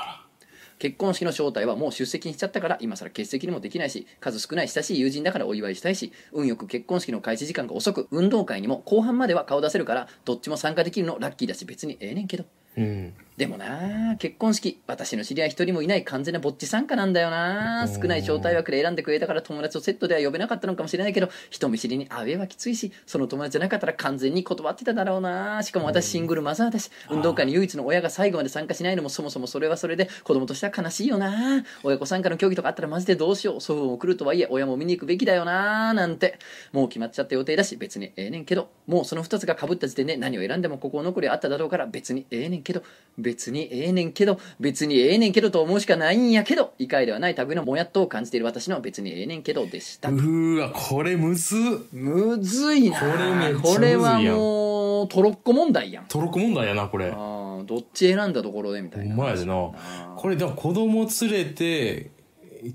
Speaker 1: 結婚式の招待はもう出席にしちゃったから今更欠席にもできないし数少ない親しい友人だからお祝いしたいし運よく結婚式の開始時間が遅く運動会にも後半までは顔出せるからどっちも参加できるのラッキーだし別にええねんけど
Speaker 2: うん
Speaker 1: でもなあ結婚式私の知り合い一人もいない完全なぼっち参加なんだよなあ少ない招待枠で選んでくれたから友達をセットでは呼べなかったのかもしれないけど人見知りにアウェーはきついしその友達じゃなかったら完全に断ってただろうなあしかも私シングルマザーだし運動会に唯一の親が最後まで参加しないのもそもそもそれはそれで子供としては悲しいよなあ親子参加の競技とかあったらマジでどうしよう祖父も来るとはいえ親も見に行くべきだよなあなんてもう決まっちゃった予定だし別にええねんけどもうその2つがかぶった時点で何を選んでもここ残りはあっただろうから別にええねんけど別にええねんけど別にええねんけどと思うしかないんやけど理解ではない類のもやっとを感じている私の別にええねんけどでした
Speaker 2: うーわこれむずっ
Speaker 1: むずいな
Speaker 2: これめっちゃむずいやん
Speaker 1: これはもうトロッコ問題やん
Speaker 2: トロッコ問題やなこれ
Speaker 1: あ
Speaker 2: ほ
Speaker 1: ーどっち選んだところでみたい
Speaker 2: ん
Speaker 1: な
Speaker 2: まやでなこれでも子供連れて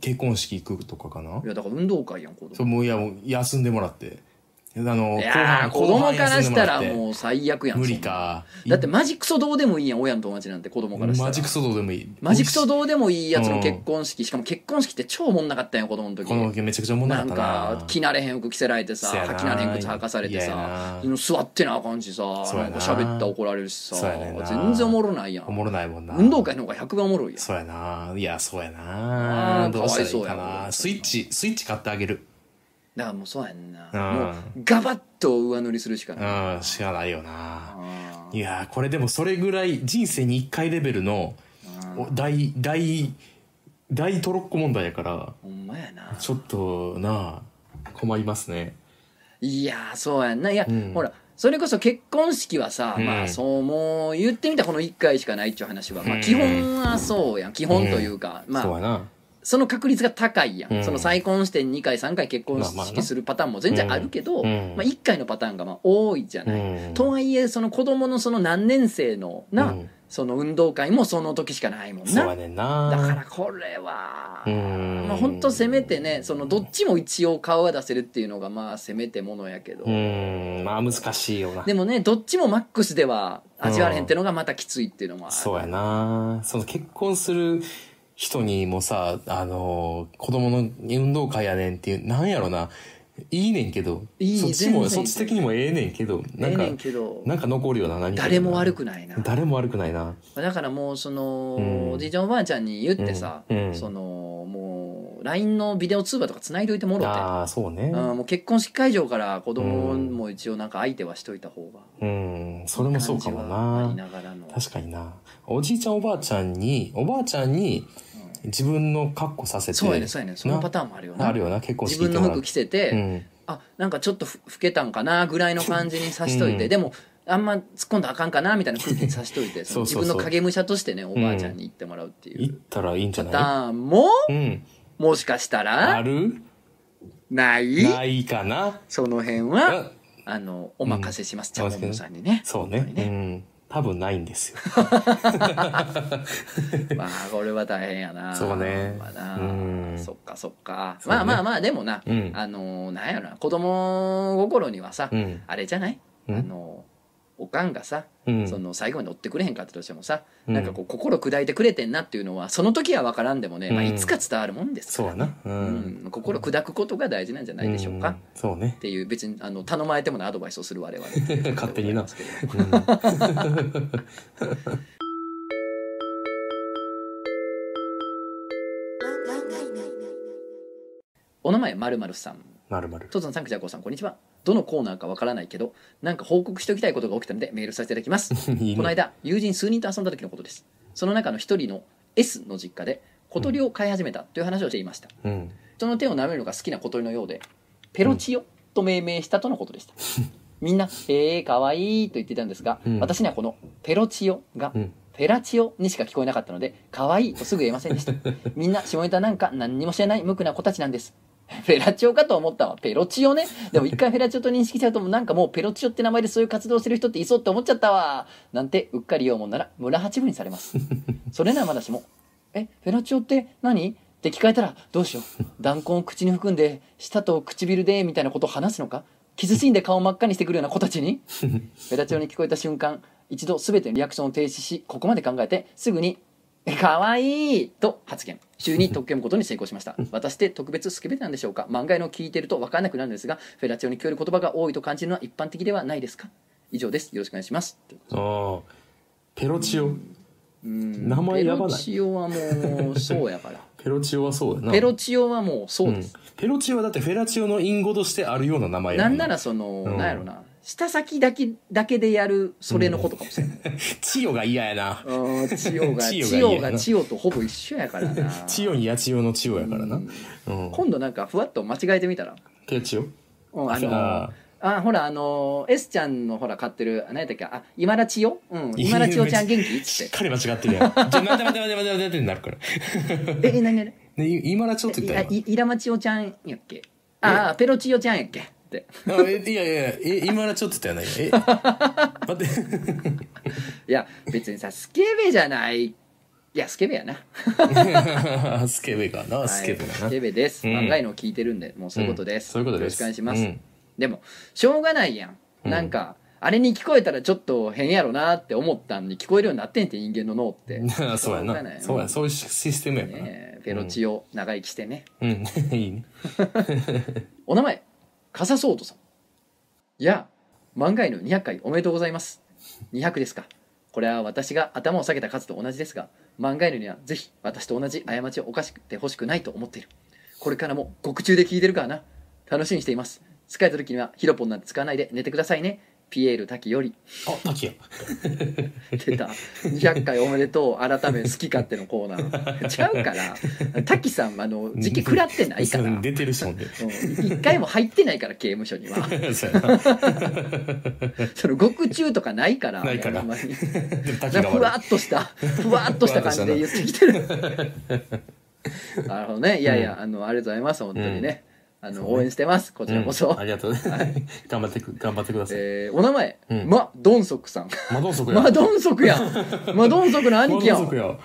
Speaker 2: 結婚式行くとかかない
Speaker 1: やだから運動会やん子
Speaker 2: そう
Speaker 1: 供
Speaker 2: もういやもう休んでもらってあ
Speaker 1: い
Speaker 2: の
Speaker 1: やー子供からしたら
Speaker 2: う
Speaker 1: もう最悪やん
Speaker 2: 無理か
Speaker 1: そんなだってマジクソどうでもいいやん親の友達なんて子供からしたら
Speaker 2: マジクソどうでもいい
Speaker 1: マジクソどうでもいいやつの結婚式、しかも結婚式って超おもんなかったんよ子供の時
Speaker 2: この時めちゃくちゃ問題
Speaker 1: な
Speaker 2: だ
Speaker 1: ん
Speaker 2: った
Speaker 1: か着慣れへん服着せられてさ
Speaker 2: せやな
Speaker 1: 履き慣れへん靴履かされて
Speaker 2: 嫌や
Speaker 1: さ
Speaker 2: な
Speaker 1: 座ってなあかんしさ
Speaker 2: そう
Speaker 1: な
Speaker 2: や
Speaker 1: ん
Speaker 2: な
Speaker 1: か喋ったら怒られるしさ
Speaker 2: そうやねんな
Speaker 1: 全然おもろないや
Speaker 2: おも
Speaker 1: ん
Speaker 2: ろないもんな
Speaker 1: 運動会の方が100倍おもろいやん
Speaker 2: そうやな。いや、そうやな
Speaker 1: あー。
Speaker 2: どうしたらいいか
Speaker 1: かわいそうや
Speaker 2: な。スイッチ、スイッチ買ってあげる。
Speaker 1: だからもうそうやんな
Speaker 2: うん
Speaker 1: もうガバッと上塗りするしかない
Speaker 2: うん、しかないよな。
Speaker 1: あ
Speaker 2: いやー、これでもそれぐらい人生に一回レベルの
Speaker 1: ー
Speaker 2: お大、大、大トロッコ問題やから、
Speaker 1: ほんまやな
Speaker 2: ちょっとな、困りますね。
Speaker 1: いやーそうやんないや、
Speaker 2: うん
Speaker 1: ほらそれこそ結婚式はさ、
Speaker 2: うん
Speaker 1: まあそうもう言ってみたらこの1回しかないっちゅう話は、ま
Speaker 2: う
Speaker 1: あ、
Speaker 2: ん
Speaker 1: 基本はそうやん基本というか、まあ
Speaker 2: そうやな。
Speaker 1: その確率が高いやん、
Speaker 2: うん
Speaker 1: その再婚して2回3回結婚
Speaker 2: まあまあ
Speaker 1: 式
Speaker 2: な
Speaker 1: するパターンも全然あるけど、
Speaker 2: うん
Speaker 1: まあ、1回のパターンがまあ多いじゃない、
Speaker 2: うん
Speaker 1: とはいえその子供のその何年生のな、
Speaker 2: うん
Speaker 1: その運動会もその時しかないもん
Speaker 2: そう
Speaker 1: な
Speaker 2: やねんな。
Speaker 1: だからこれは、
Speaker 2: うん
Speaker 1: まあ本当せめてねそのどっちも一応顔は出せるっていうのがまあせめてものやけど、
Speaker 2: うん、まあ難しいよな。
Speaker 1: でもねどっちもマックスでは味わわれへんっていうのがまたきついっていうのもある
Speaker 2: そうやな。その結婚する人にもさ、あの、子供の運動会やねんっていう、なんやろな。いいねんけど。
Speaker 1: いい
Speaker 2: そっちも、
Speaker 1: 全然いい
Speaker 2: そっち的にもええねんけど、な
Speaker 1: え
Speaker 2: ん
Speaker 1: え
Speaker 2: か、
Speaker 1: ねんけど
Speaker 2: なんか残るよな、何か
Speaker 1: 誰も悪くないな
Speaker 2: 誰も悪くないな。
Speaker 1: だからもうその、
Speaker 2: うん
Speaker 1: おじいちゃんおばあちゃんに言ってさ、
Speaker 2: うんうん
Speaker 1: そのもう LINE のビデオ通話とか繋いでおいてもろて、
Speaker 2: ああ、そうね
Speaker 1: う。ん、もう結婚式会場から子供
Speaker 2: うん
Speaker 1: も一応なんか相手はしといた方が
Speaker 2: うん、それもそうかも
Speaker 1: 感
Speaker 2: な
Speaker 1: じ。はありながらの
Speaker 2: 確かにな。おじいちゃんおばあちゃんに、おばあちゃんに自分の格好させて。
Speaker 1: そうやねそうやねそのパ
Speaker 2: ー
Speaker 1: ターンもあるよな
Speaker 2: あるよな、結婚
Speaker 1: 自
Speaker 2: 式
Speaker 1: 分の
Speaker 2: 行
Speaker 1: 服
Speaker 2: って
Speaker 1: 着せて、
Speaker 2: もらううん。
Speaker 1: あなんかちょっとふ老けたんかなぐらいの感じにさしといて、
Speaker 2: うん
Speaker 1: でもあんま突っ込んだらあかんかなみたいな空気にさしといてその
Speaker 2: そうそうそう
Speaker 1: 自分の影武者としてねおばあちゃんに言ってもらうってい
Speaker 2: 行っ
Speaker 1: う
Speaker 2: たらいいんじゃ
Speaker 1: パタ
Speaker 2: な
Speaker 1: ーンも
Speaker 2: いうん。
Speaker 1: もしかした
Speaker 2: あ
Speaker 1: ら
Speaker 2: る
Speaker 1: ない
Speaker 2: ないかな。
Speaker 1: その辺は
Speaker 2: あ
Speaker 1: あのお任せします、チ
Speaker 2: うん
Speaker 1: ャモンヌさんに ね。
Speaker 2: そうね。うん。多分ないんですよ。
Speaker 1: まあこれは大変やな。
Speaker 2: そうね
Speaker 1: まあな
Speaker 2: うん
Speaker 1: そっかそっか。
Speaker 2: そうね
Speaker 1: まあまあまあでもな、
Speaker 2: うん
Speaker 1: あのなんやろな子供心にはさ、
Speaker 2: うん。
Speaker 1: あれじゃない？あ
Speaker 2: うん
Speaker 1: のおかんがさ、
Speaker 2: うん。
Speaker 1: その最後に乗ってくれへんかったとしてもさ、
Speaker 2: うん
Speaker 1: なんかこう心砕いてくれてんなっていうのはその時は分からんでもね、まあ、
Speaker 2: うん
Speaker 1: いつか伝わるもんです
Speaker 2: そう
Speaker 1: から、
Speaker 2: やな。う。
Speaker 1: うんん心砕くことが大事なんじゃないでしょうか、
Speaker 2: ん
Speaker 1: っ。
Speaker 2: そ うね。
Speaker 1: ていう別にあの頼まれてもないアドバイスをする我々
Speaker 2: 勝手にな
Speaker 1: ですけど
Speaker 2: うん
Speaker 1: お名前まるまるさん
Speaker 2: まる まる。
Speaker 1: とつのさんくじゃこさんこんにちはどのコーナーか分からないけどなんか報告しておきたいことが起きたのでメールさせていただきます
Speaker 2: いい
Speaker 1: この
Speaker 2: ね。
Speaker 1: 間友人数人と遊んだ時のことですその中の一人の S の実家で小鳥を飼い始めたという話をしていました、
Speaker 2: うん。
Speaker 1: 人の手を舐めるのが好きな小鳥のようでペロチオと命名したとのことでした、みんな「えー、かわいい」と言っていたんですが、
Speaker 2: うん
Speaker 1: 私にはこの「ペロチオ」が
Speaker 2: うん
Speaker 1: 「ペラチオ」にしか聞こえなかったので「かわいい」とすぐ言えませんでしたみんな下ネタなんか何にも知らない無垢な子たちなんですペラチオかと思ったわペロチオねでも一回ペラチオと認識しちゃうともうなんかもうペロチオって名前でそういう活動してる人っていそうって思っちゃったわなんてうっかり言おうもんなら村八分にされますそれならまだしも「えフェラチオって何?」って聞かれたらどうしよう弾痕を口に含んで舌と唇でみたいなことを話すのか傷ついんで顔を真っ赤にしてくるような子たちにフェラチオに聞こえた瞬間一度全てのリアクションを停止しここまで考えてすぐに「えかわいい!」と発言週に特権ことに成功しました私って特別スケベなんでしょうか漫画の聞いてると分かんなくなるんですがフェラチオに聞こえる言葉が多いと感じるのは一般的ではないですか以上ですよろしくお願いします
Speaker 2: ああ。ペロチオ。
Speaker 1: うん
Speaker 2: 名前やば
Speaker 1: ペ
Speaker 2: な
Speaker 1: ロ
Speaker 2: い
Speaker 1: チオはもうそうやから
Speaker 2: ペロチオはそうやな。
Speaker 1: ペロチオはもうそう
Speaker 2: う
Speaker 1: で
Speaker 2: ん
Speaker 1: す、
Speaker 2: ペロチオはだってフェラチオの隠語としてあるような名前や
Speaker 1: なんならその、
Speaker 2: うん
Speaker 1: なんやろな舌先だけだけでやるそれのことかもしれない、
Speaker 2: チヨが嫌やな
Speaker 1: うん、千代が
Speaker 2: 千代が
Speaker 1: 千代
Speaker 2: 嫌や
Speaker 1: が
Speaker 2: な
Speaker 1: 千代とほぼ一緒やからな
Speaker 2: チヨに八千代のチヨやからなうん
Speaker 1: 今度なんかふわっと間違えてみたら、
Speaker 2: ペロチオ
Speaker 1: うん、あの
Speaker 2: あ
Speaker 1: あほらあの S ちゃんのほら買ってる何やったっけあ今田千代うん 今田千代ちゃん元気っつ
Speaker 2: しっ
Speaker 1: っ
Speaker 2: かり間違ってるやんじゃあ待って待って待って待って待ってってなるから
Speaker 1: てええ何何
Speaker 2: でい今らちょっと言った
Speaker 1: 何
Speaker 2: よ
Speaker 1: いいイラマ千代ちゃんやっけああペロ千代ちゃんやっけって
Speaker 2: あえいやいやいやえ今らちょっと言ったよな今え待って
Speaker 1: い や別にさスケベじゃないいやスケベやな
Speaker 2: スケベかなスケベ
Speaker 1: は
Speaker 2: か
Speaker 1: いス
Speaker 2: な
Speaker 1: ケベです。
Speaker 2: うん
Speaker 1: 漫画のを聞いてるんで、もうそういうことです。
Speaker 2: うんそういうことです
Speaker 1: よろしくお願いします。
Speaker 2: うん
Speaker 1: でも、しょうがないやん。なんか、あれに聞こえたらちょっと変やろなって思ったんに聞こえるようになってんて人間の脳って。
Speaker 2: そうや
Speaker 1: しょがい
Speaker 2: なそうやそういうシステムやからな
Speaker 1: ねえペロチオ長生きしてね。
Speaker 2: うん いいね
Speaker 1: お名前、カサソートさん。いや、漫画への200回おめでとうございます。200ですか。これは私が頭を下げた数と同じですが、漫画犬にはぜひ私と同じ過ちを犯してほしくないと思っている。これからも獄中で聞いてるからな。楽しみにしています。疲れた時にはヒロポンなんて使わないで寝てくださいね。ピエール滝より
Speaker 2: あ、滝や。
Speaker 1: 出た200回おめでとう改め好き勝手のコーナーちゃうから滝さんあの時期食らってない から
Speaker 2: うん出てるし、ほんで。
Speaker 1: うん一回も入ってないから刑務所には
Speaker 2: そうやな。
Speaker 1: その獄中とかないから
Speaker 2: ないから
Speaker 1: あんまり
Speaker 2: でも滝
Speaker 1: なん
Speaker 2: が
Speaker 1: かふわ
Speaker 2: 悪
Speaker 1: っとしたふわっとした感じで言ってきてる なるほどねいやいや、あのありがとうございます本当にね、あの応援してますこ
Speaker 2: い。
Speaker 1: ちらこそ、
Speaker 2: うんありがとうね。 頑張ってく、頑張ってください。
Speaker 1: えーお名前、
Speaker 2: うん
Speaker 1: マドンソクさん
Speaker 2: マドンソクや。
Speaker 1: マドンソクやんマドンソクの兄 貴や
Speaker 2: マドンソク
Speaker 1: ん
Speaker 2: や。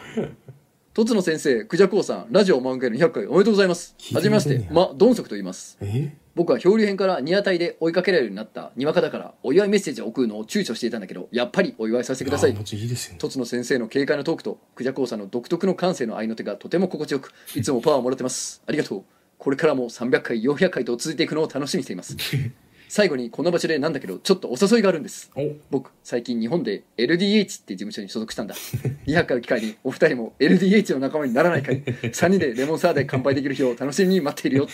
Speaker 1: とつの先生クジャコウさんラジオ満開の100回おめでとうございます
Speaker 2: 聞いてく
Speaker 1: は
Speaker 2: れて
Speaker 1: じ
Speaker 2: ん
Speaker 1: め
Speaker 2: ね
Speaker 1: ま
Speaker 2: や
Speaker 1: してマドンソクと言います
Speaker 2: え
Speaker 1: 僕は漂流編からニアタイで追いかけられるようになったにわかだからお祝いメッセージを送るのを躊躇していたんだけどやっぱりお祝いさせてください
Speaker 2: あもちろんいいですよね。
Speaker 1: とつの先生の軽快なトークとクジャコウさんの独特の感性の合いの手がとても心地よくいつもパワーをもらってますありがとうこれからも300回400回と続いていくのを楽しみにしています最後にこの場所でなんだけどちょっとお誘いがあるんです
Speaker 2: お、
Speaker 1: 僕最近日本で LDH っていう事務所に所属したんだ200回を機会にお二人も LDH の仲間にならないかい3人でレモンサワーで乾杯できる日を楽しみに待っているよ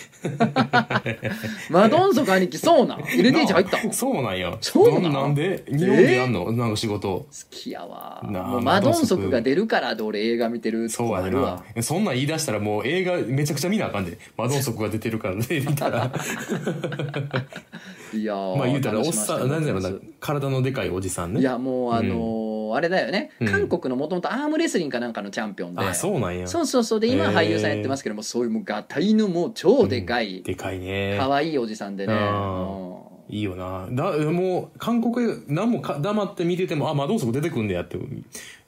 Speaker 1: マドンソク兄貴そうなん LDH 入ったん好
Speaker 2: そうなんや。
Speaker 1: そうなん
Speaker 2: どなんで日本でやんのなんか仕事。
Speaker 1: きやわ
Speaker 2: なあ
Speaker 1: もうマ
Speaker 2: マ
Speaker 1: ド
Speaker 2: ド
Speaker 1: ンソ
Speaker 2: ンソク
Speaker 1: クが出るからで俺映画見てると
Speaker 2: そう
Speaker 1: こ
Speaker 2: や
Speaker 1: あ
Speaker 2: で
Speaker 1: るわ
Speaker 2: な。そんなん言い出したらもう映画めちゃくちゃ見なあかんで。マドンソクが出てるか らね、見たら。
Speaker 1: いやー
Speaker 2: まあ言うたら、おっ
Speaker 1: 楽しませて
Speaker 2: さ
Speaker 1: も
Speaker 2: ん、
Speaker 1: ら
Speaker 2: な
Speaker 1: っ
Speaker 2: ん
Speaker 1: て
Speaker 2: だろ
Speaker 1: ま
Speaker 2: う
Speaker 1: す
Speaker 2: な、体のでかいおじさんね。
Speaker 1: いやもうあのーあれだよね、
Speaker 2: うん
Speaker 1: 韓国のもともとアームレスリングかなんかのチャンピオンで
Speaker 2: あ、そうなんや。
Speaker 1: そうそうそうで今
Speaker 2: へー
Speaker 1: 俳優さんやってますけどもそういうもうガタイのもう超でかい
Speaker 2: でかいね。
Speaker 1: 可愛いおじさんでね、
Speaker 2: うん
Speaker 1: うん
Speaker 2: いいよな。だ、もう、韓国、何もか黙って見てても、あ、マドンソク出てくんだやって。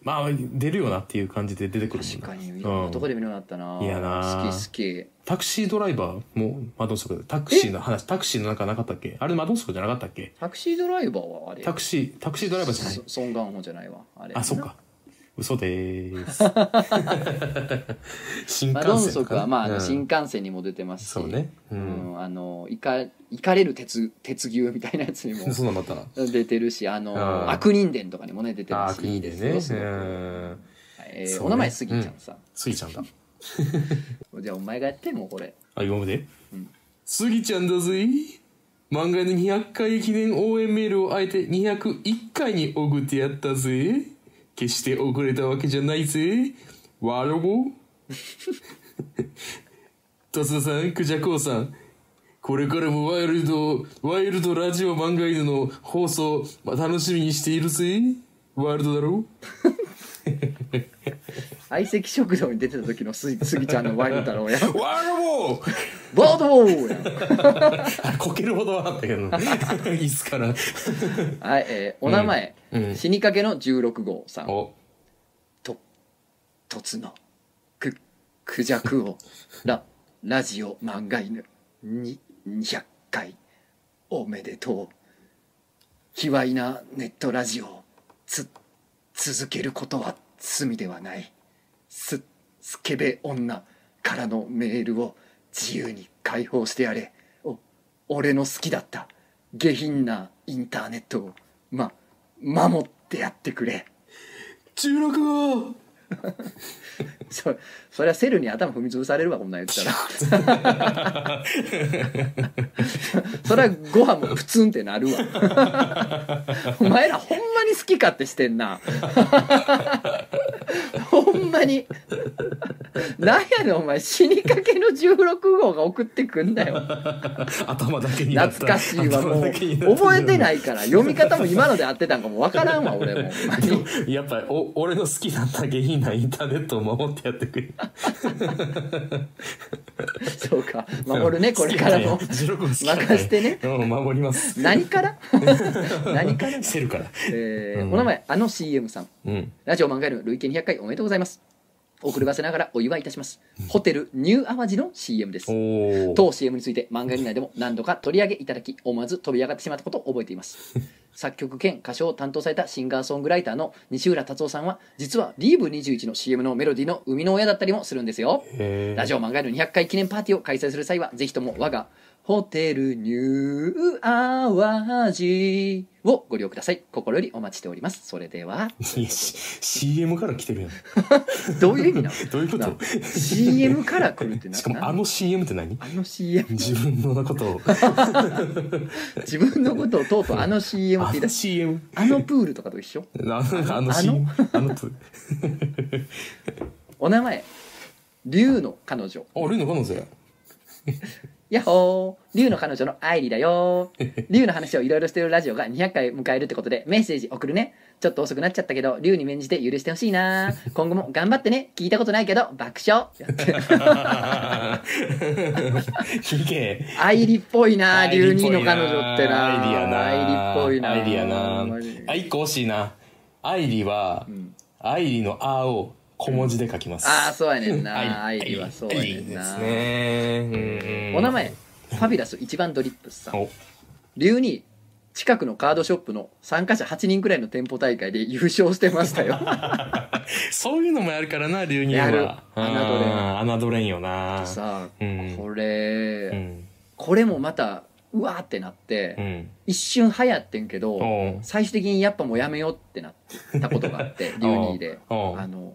Speaker 2: まあ、出るよなっていう感じで出てくるもんな
Speaker 1: 確かに
Speaker 2: うん
Speaker 1: いろんなとこで見るようになったな、
Speaker 2: いやな
Speaker 1: 好き好き
Speaker 2: タクシードライバーもマドンソクタクシーの話、タクシーの中なかったっけあれマドンソクじゃなかったっけ
Speaker 1: タクシードライバーはあれ
Speaker 2: タクシー、タクシードライバーじゃない
Speaker 1: そソン・ガンホじゃないわあれ
Speaker 2: あ、そっか。嘘でーす。 新
Speaker 1: マド
Speaker 2: 幹線とかね。
Speaker 1: ンソクはまああの、
Speaker 2: うん
Speaker 1: 新幹線にも出てますし
Speaker 2: そうね。う。
Speaker 1: うんんあのいかいかれる鉄鉄牛みたいなやつにも
Speaker 2: そうなんだったな。
Speaker 1: 出てるしあの、
Speaker 2: うん
Speaker 1: 悪人伝とかにもね出て
Speaker 2: あ
Speaker 1: る
Speaker 2: あ、
Speaker 1: しい
Speaker 2: 国
Speaker 1: い
Speaker 2: で
Speaker 1: です
Speaker 2: ね。
Speaker 1: よ
Speaker 2: う
Speaker 1: すごく
Speaker 2: ん。
Speaker 1: えー
Speaker 2: そうね
Speaker 1: お名前すぎちゃんさん、
Speaker 2: スギちゃんだ。
Speaker 1: じゃあお前がやってもうこれ
Speaker 2: あ、今まで
Speaker 1: うん
Speaker 2: スギちゃんだぜ。漫画の200回記念応援メールをあえて201回に送ってやったぜ。決して遅れたわけじゃないぜ。わろ ぼ。とつさん、くじゃこうさん。これからもワイルド、ワイルドラジオ漫画犬の放送、まあ楽しみにしているぜ。ワイルドだろ
Speaker 1: 相席食堂に出てた時の すスギちゃんのワイルド太郎や
Speaker 2: ワロボ
Speaker 1: ボードーや
Speaker 2: あれ、こけるほど笑ったけど。 いいっすから。
Speaker 1: はい、えーお名前、
Speaker 2: うんうん
Speaker 1: 死にかけの16号さん、
Speaker 2: お、
Speaker 1: と、とつの、く、くじゃくを、ラ、ラジオ漫画犬、に、200回、おめでとう。卑猥なネットラジオ、つ、続けることは罪ではない。す、スケベ女からのメールを自由に解放してやれ。お、俺の好きだった下品なインターネットを、ま、守ってやってくれ。
Speaker 2: 16号
Speaker 1: そそりゃセルに頭踏み潰されるわこんなん言ったら そりゃご飯もプツンってなるわ お前らほんまに好き勝手してんなほんまになんやねんお前死にかけの16号が送ってくんだよ
Speaker 2: 頭だけになった
Speaker 1: 懐かしいわも
Speaker 2: 頭
Speaker 1: う
Speaker 2: だけになった
Speaker 1: 覚えてないから読み方も今ので合ってたんかもわからんわ俺もほんまに
Speaker 2: やっぱお俺の好きだった下品なインターネットを守ってやってくれ
Speaker 1: そうか守るねこれからも
Speaker 2: 好きだね16好きだね
Speaker 1: 任してね
Speaker 2: うん守ります
Speaker 1: 何から 何からだ
Speaker 2: セルから
Speaker 1: えー
Speaker 2: うん
Speaker 1: お名前あの CM さん
Speaker 2: うん
Speaker 1: ラジオ漫画の累計200回おめでとうございます遅ればせながらお祝いいたしますホテルニューアワジの CM です
Speaker 2: おお
Speaker 1: 当 CM について漫画以内でも何度か取り上げいただき思わず飛び上がってしまったことを覚えています 作曲兼歌唱を担当されたシンガーソングライターの西浦達夫さんは実はリーブ21の CM のメロディの生みの親だったりもするんですよラジオ漫画の200回記念パーティーを開催する際はぜひとも我がホテルニューアワジをご利用ください。心よりお待ちしております。それでは、
Speaker 2: いや C- CM から来てるやん
Speaker 1: どういう意味なの
Speaker 2: どういうこと
Speaker 1: な ?CM から来るってな
Speaker 2: しかも
Speaker 1: な
Speaker 2: あの CM って何
Speaker 1: あの CM、
Speaker 2: 自分 のことを
Speaker 1: 自分のことをとうとうあの CM って
Speaker 2: あ
Speaker 1: 言い出
Speaker 2: の
Speaker 1: し、
Speaker 2: CM
Speaker 1: あのプールとかと一緒
Speaker 2: あのあの CM あのプ
Speaker 1: お名前、竜の彼女。
Speaker 2: あルイの彼女
Speaker 1: や
Speaker 2: や
Speaker 1: っほー竜の彼女の愛理だよー竜の話をいろいろしてるラジオが200回迎えるってことでメッセージ送るねちょっと遅くなっちゃったけど竜に免じて許してほしいな今後も頑張ってね聞いたことないけど爆笑やって
Speaker 2: 聞け
Speaker 1: 愛理っぽいな
Speaker 2: アイ
Speaker 1: 竜
Speaker 2: リー
Speaker 1: に
Speaker 2: ぽい
Speaker 1: の彼女ってな
Speaker 2: アイリーやな
Speaker 1: 愛理っぽいな
Speaker 2: アイリーやな
Speaker 1: ほんまに
Speaker 2: あ一個惜しいなアイリーは、アイリーの「あ」を小文字で書きます、
Speaker 1: ああそうやねんな
Speaker 2: ア
Speaker 1: 愛
Speaker 2: イ
Speaker 1: 理
Speaker 2: リー
Speaker 1: はそうやね
Speaker 2: アイリ
Speaker 1: ん
Speaker 2: ーです
Speaker 1: な、
Speaker 2: ねうん
Speaker 1: お名前ファビュラス一番ドリップスさん
Speaker 2: お
Speaker 1: 竜に近くのカードショップの参加者8人くらいの店舗大会で優勝してましたよ
Speaker 2: そういうのもやるからな流入
Speaker 1: やる
Speaker 2: はうん侮れんよな
Speaker 1: さあ、
Speaker 2: うん
Speaker 1: これ、
Speaker 2: うん
Speaker 1: これもまたうわーってなって、
Speaker 2: うん
Speaker 1: 一瞬流行ってんけど、
Speaker 2: おう
Speaker 1: 最終的にやっぱもうやめようってなったことがあってリューニーで
Speaker 2: おう
Speaker 1: あの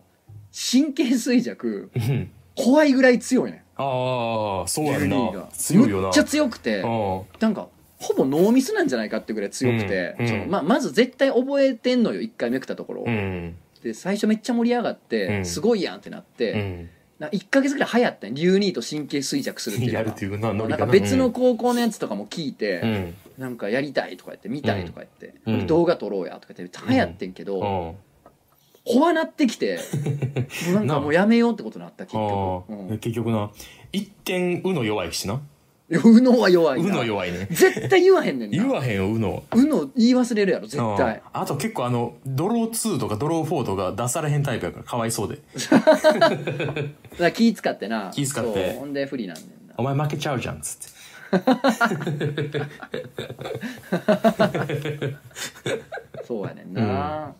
Speaker 1: 神経衰弱
Speaker 2: うん
Speaker 1: 怖いぐらい強いね
Speaker 2: ああそうんや
Speaker 1: リュー
Speaker 2: ん
Speaker 1: ニーが
Speaker 2: な強いよ
Speaker 1: む
Speaker 2: な
Speaker 1: っちゃ強くて
Speaker 2: おう
Speaker 1: なんかほぼノーミスなんじゃないかってぐらい強くて、
Speaker 2: うん
Speaker 1: そ
Speaker 2: うん
Speaker 1: のまあ、まず絶対覚えてんのよ1回目くったところ、
Speaker 2: うん
Speaker 1: で最初めっちゃ盛り上がって、
Speaker 2: うん
Speaker 1: すごいやんってなって、
Speaker 2: うん
Speaker 1: な1か月ぐらい流行ったんリューニーと神経衰弱するっていうのが
Speaker 2: やるっていうなノリ
Speaker 1: なん
Speaker 2: か
Speaker 1: か別の高校のやつとかも聞いて、
Speaker 2: うん
Speaker 1: なんかやりたいとか言って見たいとか言って、
Speaker 2: うんうん
Speaker 1: 動画撮ろうやとか言って大変やってんけど、
Speaker 2: おう
Speaker 1: 怖なってき てもうなんかもうやめようってことになった結
Speaker 2: あ
Speaker 1: 局、
Speaker 2: あ
Speaker 1: うん、い
Speaker 2: 結局な一点うの弱いしな
Speaker 1: やうのは弱いうな
Speaker 2: の弱いね
Speaker 1: 絶対言わへんねんな
Speaker 2: 言わへんようの
Speaker 1: うの言い忘れるやろ絶対
Speaker 2: ああと結構あのドロー2とかドロー4とか出されへんタイプやからかわいそうで
Speaker 1: だから気使ってな
Speaker 2: 気使って
Speaker 1: そうほんで不利なんねんな
Speaker 2: お前負けちゃうじゃんっつって
Speaker 1: そうやねんな、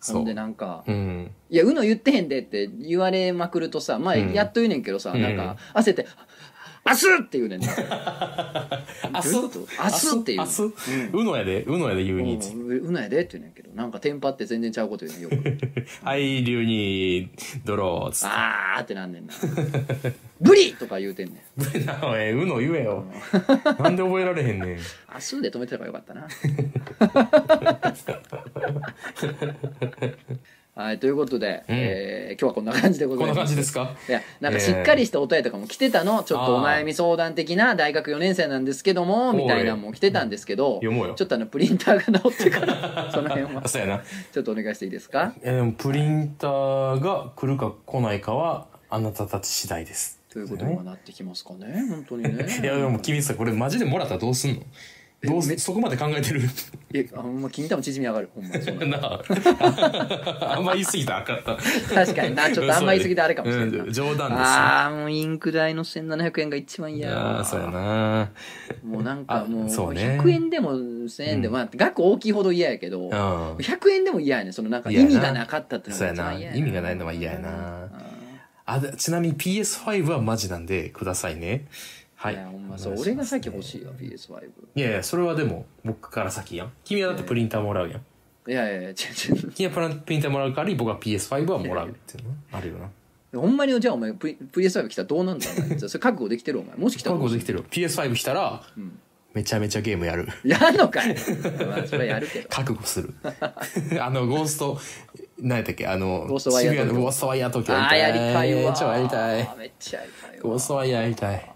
Speaker 2: そう
Speaker 1: ほんでなんか、
Speaker 2: うん
Speaker 1: いや、うの言ってへんでって言われまくるとさ、まあ、
Speaker 2: うん
Speaker 1: やっと言うねんけどさ、
Speaker 2: うん
Speaker 1: なんか、焦って、明日って言うねんな。
Speaker 2: 明日
Speaker 1: どういうこと明日っていう
Speaker 2: 明日うのやでうのやで言うに
Speaker 1: うんうのやでって言うねんけど、なんかテンパって全然ちゃうこと言うねんよく。
Speaker 2: はい流にドローっつっ
Speaker 1: あーってなんね んな。ブリとか言うてんねん。
Speaker 2: てなおいうの言え よなんで覚えられへんね
Speaker 1: 明
Speaker 2: ん
Speaker 1: 日で止めてればよかった な。はい、ということで、えー今日はこんな感じでござ
Speaker 2: こ
Speaker 1: い
Speaker 2: ん
Speaker 1: ま
Speaker 2: な
Speaker 1: す。
Speaker 2: 感じですか
Speaker 1: いやなんかしっかりしたお便りとかも来てたの、ちょっとお悩み相談的な大学4年生なんですけども
Speaker 2: おい
Speaker 1: みたいなのも来てたんですけど
Speaker 2: 読もうよ
Speaker 1: ちょっとあのプリンターが直ってからその辺 は
Speaker 2: あそうやな
Speaker 1: ちょっとお願いしていいですか
Speaker 2: えープリンターが来るか来ないかはあなたたち次第です
Speaker 1: ということにはなってきますかね本当にね
Speaker 2: いやでも君さこれマジでもらったらどうすんのどうすそこまで考えてる
Speaker 1: いやあほんま金玉縮み上がるほんまそうなの
Speaker 2: な ああんま言い過ぎたら あかった
Speaker 1: 確かに なちょっとあんま言い過ぎてあれかもしれんない、
Speaker 2: うん冗談ですよ
Speaker 1: ああもうインク代の1700円が一番
Speaker 2: い
Speaker 1: 嫌
Speaker 2: やーそうやな
Speaker 1: もうなんかもう
Speaker 2: あそうね
Speaker 1: 100円でも1000円でも、まあ額大きいほど嫌やけど、
Speaker 2: うん
Speaker 1: 100円でも嫌やねそのなんか意
Speaker 2: 嫌やな
Speaker 1: 味がなかったっての
Speaker 2: そ
Speaker 1: が
Speaker 2: うや
Speaker 1: 一番
Speaker 2: な
Speaker 1: 嫌
Speaker 2: 意味がないのは嫌やなあでちなみに PS5 はマジなんでくださいねはいい
Speaker 1: やほんまそう俺が先欲しいわ PS5
Speaker 2: いやいやそれはでも僕から先やん君はだってプリンターもらうやん
Speaker 1: いやいやいや違う違
Speaker 2: 君はプランプリンターもらう代わり僕は PS5 はもらうっていうのあるよな
Speaker 1: うほんまにじゃあお前プリ PS5 来たらどうなんだろうなそれ覚悟できてるお前もし来たら
Speaker 2: 覚
Speaker 1: どう
Speaker 2: 悟
Speaker 1: す
Speaker 2: で
Speaker 1: る
Speaker 2: きてる PS5 来たら、めちゃめちゃゲームやる
Speaker 1: やんのかい、まあ、それはやるけど
Speaker 2: 覚悟する あのゴースト何やったっけあの
Speaker 1: ゴーストワイヤー
Speaker 2: 渋
Speaker 1: 東
Speaker 2: 谷の
Speaker 1: 京
Speaker 2: ゴーストワイヤー東京
Speaker 1: ああやりたいわ
Speaker 2: めっちゃやりたい
Speaker 1: めっちゃやりたい
Speaker 2: ゴ
Speaker 1: わ
Speaker 2: ーストワイヤーやりたい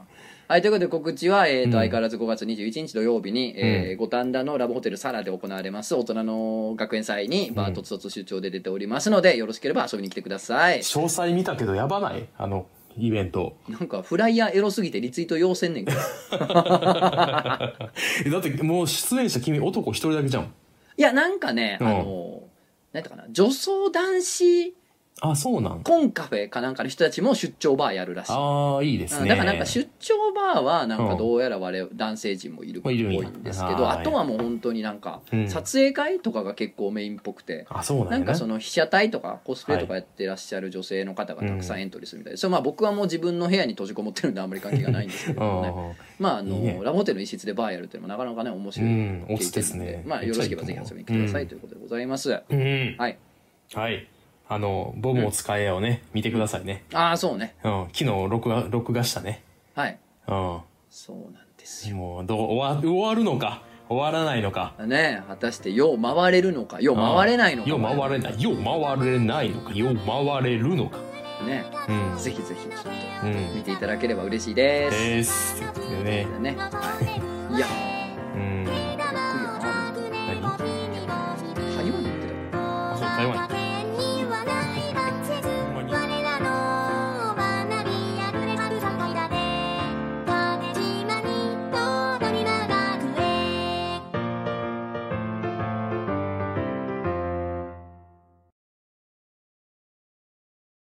Speaker 1: はい、ということで告知は、えーと相変わらず5月21日土曜日に、えー五反田のラブホテルサラで行われます大人の学園祭にバートツツ出張で出ておりますので、よろしければ遊びに来てください。
Speaker 2: 詳細見たけどやばないあのイベント
Speaker 1: なんかフライヤーエロすぎてリツイート要せんねんけど。
Speaker 2: えだってもう出演者君男一人だけじゃん
Speaker 1: いや、なんかね、
Speaker 2: うん
Speaker 1: あの、なんていうかな、女装男子
Speaker 2: あ、そうなん。
Speaker 1: コンカフェかなんかの人たちも出張バーやるらしい。
Speaker 2: ああ、いいです
Speaker 1: うん
Speaker 2: ね。
Speaker 1: だからなんか出張バーはなん
Speaker 2: う
Speaker 1: か
Speaker 2: ん
Speaker 1: どうやら我々男性陣もいるっぽいんですけ
Speaker 2: まあいるん
Speaker 1: ど
Speaker 2: や
Speaker 1: あとはもう本当になんか
Speaker 2: うん
Speaker 1: 撮影会とかが結構メインっぽくて
Speaker 2: あ、そうなんや
Speaker 1: な
Speaker 2: ね
Speaker 1: んかその被写体とかコスプレとかやってらっしゃる女性の方がたくさんエントリーするみたいでそれまあ僕はもう自分の部屋に閉じこもってるんであんまり関係がないんですけどもね
Speaker 2: うんうん
Speaker 1: まああの
Speaker 2: いいね
Speaker 1: ラボテルの一室でバーやるっていうのもなかなかね面白い
Speaker 2: うんおつ
Speaker 1: 経
Speaker 2: で
Speaker 1: 験
Speaker 2: す
Speaker 1: なので
Speaker 2: ね
Speaker 1: まあよろしければぜひ遊びに来てくださ
Speaker 2: う
Speaker 1: い
Speaker 2: ん
Speaker 1: ということでございます
Speaker 2: うん。
Speaker 1: はい
Speaker 2: はい。あの、ボブも使えよね、見てくださいね。
Speaker 1: ああそうね
Speaker 2: うん。昨日、録画、録画したね。
Speaker 1: はい
Speaker 2: うん。
Speaker 1: そうなんですよ
Speaker 2: もう、どう、終わ、終わるのか、終わらないのか。
Speaker 1: ね果たしてよう回れるのかよう回れないのか
Speaker 2: よ、回れない。よ、回れないのか。よ、回れるのか。
Speaker 1: ね
Speaker 2: うん。
Speaker 1: ぜひぜひちょっと
Speaker 2: う
Speaker 1: 見
Speaker 2: ん。
Speaker 1: ていただければ嬉しいです。
Speaker 2: です。ということでね。
Speaker 1: ね、はい、いやー